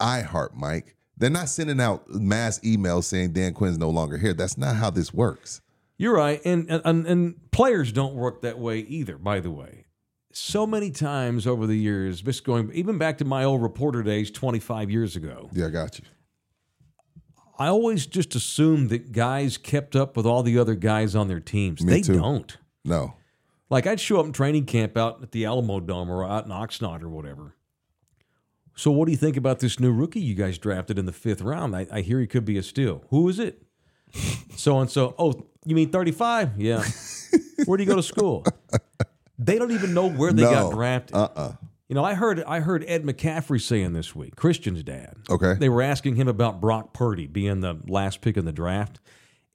Speaker 3: I heart Mike. They're not sending out mass emails saying Dan Quinn's no longer here. That's not how this works.
Speaker 2: You're right, and and and players don't work that way either. By the way, so many times over the years, this going even back to my old reporter days, 25 years ago,
Speaker 3: Yeah, I got you.
Speaker 2: I always just assumed that guys kept up with all the other guys on their teams.
Speaker 3: Me
Speaker 2: they
Speaker 3: too.
Speaker 2: don't.
Speaker 3: No,
Speaker 2: Like I'd show up in training camp out at the Alamo Dome or out in Oxnard or whatever. So what do you think about this new rookie you guys drafted in the fifth round? I, I hear he could be a steal. Who is it? So and so. Oh, you mean thirty five? Yeah. Where do you go to school? They don't even know where they
Speaker 3: No.
Speaker 2: got drafted. Uh uh You know, I heard I heard Ed McCaffrey saying this week, Christian's dad.
Speaker 3: Okay.
Speaker 2: They were asking him about Brock Purdy being the last pick in the draft.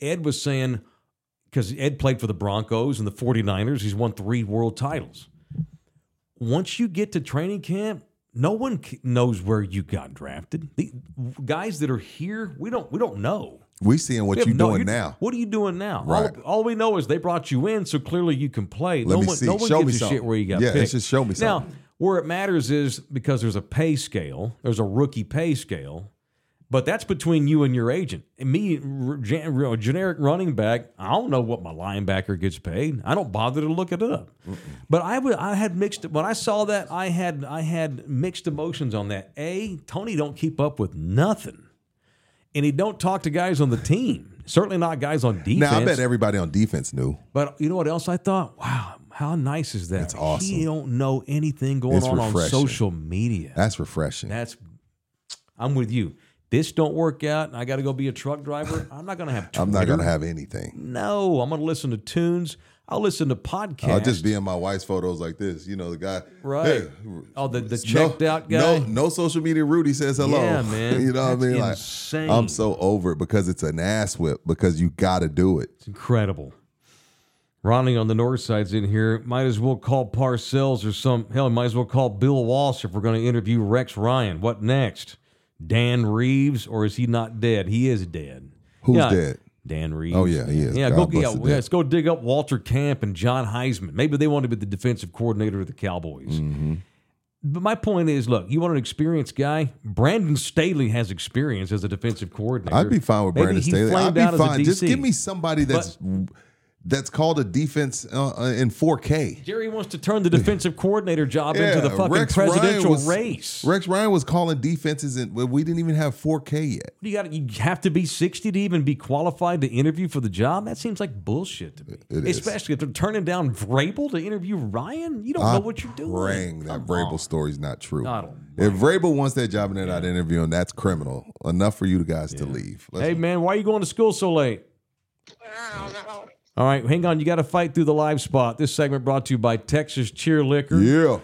Speaker 2: Ed was saying because Ed played for the Broncos and the 49ers. He's won three world titles. Once you get to training camp, no one c- knows where you got drafted. The guys that are here, we don't we don't know.
Speaker 3: we seeing what
Speaker 2: We have
Speaker 3: you
Speaker 2: no-
Speaker 3: doing
Speaker 2: you-
Speaker 3: now.
Speaker 2: What are you doing now?
Speaker 3: Right.
Speaker 2: All, all we know is they brought you in, so clearly you can play.
Speaker 3: Let
Speaker 2: no
Speaker 3: me
Speaker 2: one,
Speaker 3: see.
Speaker 2: No one
Speaker 3: Show
Speaker 2: gives a
Speaker 3: me
Speaker 2: shit
Speaker 3: something.
Speaker 2: where you got
Speaker 3: Yeah,
Speaker 2: picked.
Speaker 3: it's just show me
Speaker 2: Now,
Speaker 3: something.
Speaker 2: where it matters is because there's a pay scale. There's a rookie pay scale, but that's between you and your agent. And me, r- gen- r- generic running back. I don't know what my linebacker gets paid. I don't bother to look it up. But I would. I had mixed. When I saw that, I had. I had mixed emotions on that. A Tony don't keep up with nothing, and he don't talk to guys on the team. Certainly not guys on defense.
Speaker 3: Now I bet everybody on defense knew.
Speaker 2: But you know what else I thought? Wow, How nice is that?
Speaker 3: That's awesome.
Speaker 2: He don't know anything going
Speaker 3: It's
Speaker 2: on on
Speaker 3: refreshing.
Speaker 2: social media.
Speaker 3: That's refreshing.
Speaker 2: That's I'm with you. This don't work out, and I got to go be a truck driver. I'm not going to have. Twitter.
Speaker 3: I'm not gonna have anything.
Speaker 2: No, I'm going to listen to tunes. I'll listen to podcasts.
Speaker 3: I'll just be in my wife's photos like this. You know, the guy.
Speaker 2: Right.
Speaker 3: Hey,
Speaker 2: oh, the, the
Speaker 3: no-
Speaker 2: checked out guy.
Speaker 3: No, no social media. Rudy says hello.
Speaker 2: Yeah, man.
Speaker 3: you know what I
Speaker 2: That's
Speaker 3: mean? Like,
Speaker 2: insane.
Speaker 3: I'm so over it because it's an ass whip because you got to do it.
Speaker 2: It's incredible. Ronnie on the north side's in here. Might as well call Parcells or some hell. Might as well call Bill Walsh if we're going to interview Rex Ryan. What next? Dan Reeves, or is he not dead? He is dead.
Speaker 3: Who's
Speaker 2: Yeah.
Speaker 3: dead?
Speaker 2: Dan Reeves.
Speaker 3: Oh, yeah, he is.
Speaker 2: Yeah,
Speaker 3: God
Speaker 2: go,
Speaker 3: bless
Speaker 2: yeah,
Speaker 3: the dead.
Speaker 2: yeah, let's go dig up Walter Camp and John Heisman. Maybe they want to be the defensive coordinator of the Cowboys.
Speaker 3: Mm-hmm.
Speaker 2: But my point is, look, you want an experienced guy. Brandon Staley has experience as a defensive coordinator.
Speaker 3: I'd be fine with
Speaker 2: Maybe
Speaker 3: Brandon
Speaker 2: he
Speaker 3: Staley. I'd
Speaker 2: flamed
Speaker 3: be
Speaker 2: out as a
Speaker 3: fine. Just
Speaker 2: DC.
Speaker 3: give me somebody that's that's called a defense uh, uh, in 4K.
Speaker 2: Jerry wants to turn the defensive coordinator job into the
Speaker 3: Yeah,
Speaker 2: fucking
Speaker 3: Rex Ryan
Speaker 2: presidential
Speaker 3: was-
Speaker 2: race.
Speaker 3: Rex Ryan was calling defenses, and well, we didn't even have 4K yet.
Speaker 2: You got you have to be sixty to even be qualified to interview for the job. That seems like bullshit to me.
Speaker 3: It is.
Speaker 2: Especially if they're turning down Vrabel to interview Ryan. You don't know what you're doing.
Speaker 3: Praying that Vrabel story's not true.
Speaker 2: I don't
Speaker 3: If Vrabel wants that job and they're not interviewing, that's criminal. Enough for you guys to leave. Let's-
Speaker 2: Hey man, why are you going to school so late? All right, hang on. You got to fight through the live spot. This segment brought to you by Texas Cheer Liquor.
Speaker 3: Yeah.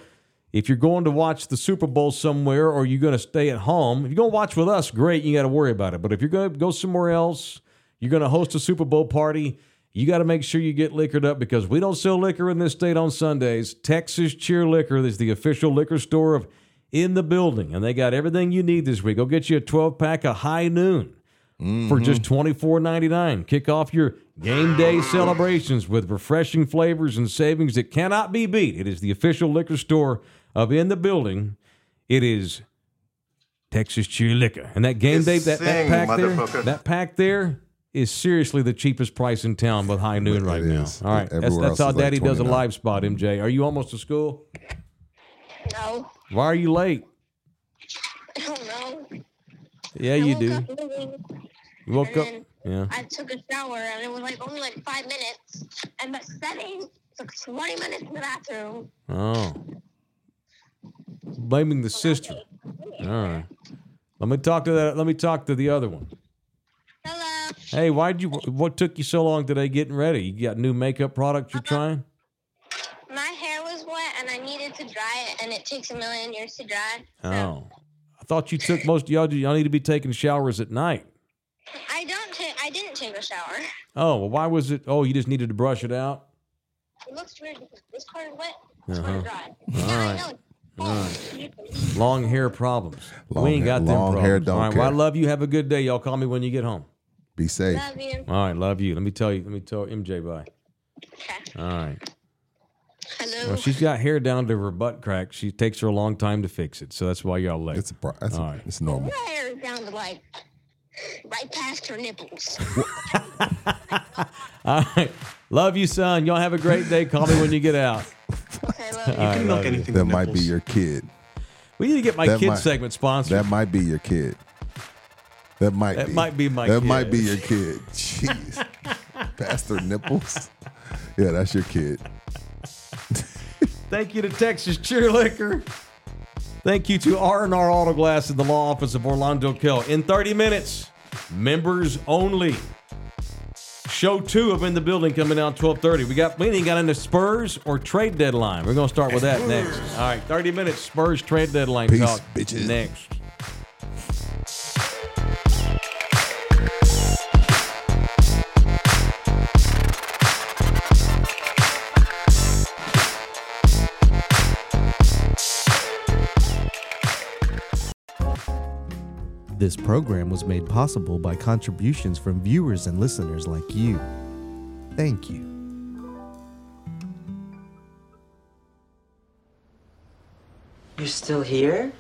Speaker 2: If you're going to watch the Super Bowl somewhere or you're going to stay at home, if you're going to watch with us, great, you got to worry about it. But if you're going to go somewhere else, you're going to host a Super Bowl party, you got to make sure you get liquored up because we don't sell liquor in this state on Sundays. Texas Cheer Liquor is the official liquor store of In the Building, and they got everything you need this week. Go get you a 12 pack of High Noon for just
Speaker 3: Mm-hmm.
Speaker 2: $24.99. Kick off your game day celebrations with refreshing flavors and savings that cannot be beat. It is the official liquor store of In the Building. It is Texas Cheer Liquor. And that game day, that, that
Speaker 12: sing,
Speaker 2: pack there,
Speaker 12: motherfucker.
Speaker 2: that pack there is seriously the cheapest price in town with High Noon right now. All right. That's,
Speaker 3: Everywhere
Speaker 2: that's
Speaker 3: else
Speaker 2: how
Speaker 3: is like
Speaker 2: Daddy does a
Speaker 3: 29.
Speaker 2: live spot, MJ. Are you almost to school? No. Why are you late?
Speaker 13: don't know.
Speaker 2: Yeah,
Speaker 13: I
Speaker 2: you
Speaker 13: woke
Speaker 2: do.
Speaker 13: up early,
Speaker 2: You woke
Speaker 13: and
Speaker 2: up.
Speaker 13: then
Speaker 2: Yeah.
Speaker 13: I took a shower and it was like only like five minutes. And by seven, it took 20 minutes in the bathroom.
Speaker 2: Oh. Blaming the sister. All right. Let me talk to that. Let me talk to the other one. Hello. Hey, why'd you? What took you so long today getting ready? You got new makeup products you're trying?
Speaker 13: My hair was wet and I needed to dry it, and it takes a million years to dry.
Speaker 2: Oh, I thought you took most. Y'all, y'all need to be taking showers at night.
Speaker 13: I don't take, I didn't take a shower.
Speaker 2: Oh, well, why was it? Oh, you just needed to brush it out.
Speaker 13: It looks weird because this part is wet, this part
Speaker 2: Uh-huh.
Speaker 13: is dry.
Speaker 2: All right. All right. Long hair problems.
Speaker 3: Long
Speaker 2: we ain't
Speaker 3: hair-
Speaker 2: got them
Speaker 3: long
Speaker 2: problems.
Speaker 3: hair don't
Speaker 2: All right. Well, I
Speaker 3: care.
Speaker 2: love you. Have a good day. Y'all call me when you get home.
Speaker 3: Be safe.
Speaker 13: Love you.
Speaker 2: All right, love you. Let me tell you. Let me tell MJ bye. All right.
Speaker 13: Hello.
Speaker 2: Well, she's got hair down to her butt crack. She takes her a long time to fix it, so that's why y'all late. It's a
Speaker 3: that's a- it's normal.
Speaker 13: My hair is down to like right past her nipples.
Speaker 2: All right. Love you, son. Y'all have a great day. Call me when you get out.
Speaker 13: love
Speaker 3: you. You can milk anything That with might be nipples. your kid.
Speaker 2: We need to get my
Speaker 3: That
Speaker 2: kid
Speaker 3: might-
Speaker 2: segment sponsored.
Speaker 3: That might be your kid. That might
Speaker 2: That
Speaker 3: be.
Speaker 2: might be my
Speaker 3: That
Speaker 2: kid.
Speaker 3: might be your kid. Jeez. Past their nipples. Yeah, that's your kid.
Speaker 2: Thank you to Texas Cheer Liquor. Thank you to R&R Auto Glass in the law office of Orlando Kell. In 30 minutes, members only. Show two of In the Building coming out 1230. We got we ain't got into Spurs or trade deadline. We're gonna start with that next. All right, 30 minutes, Spurs trade deadline
Speaker 3: Peace,
Speaker 2: talk
Speaker 3: bitches.
Speaker 2: next.
Speaker 14: This program was made possible by contributions from viewers and listeners like you. Thank you.
Speaker 15: You're still here?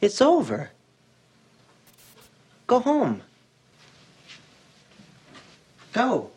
Speaker 15: It's over. Go home. Go.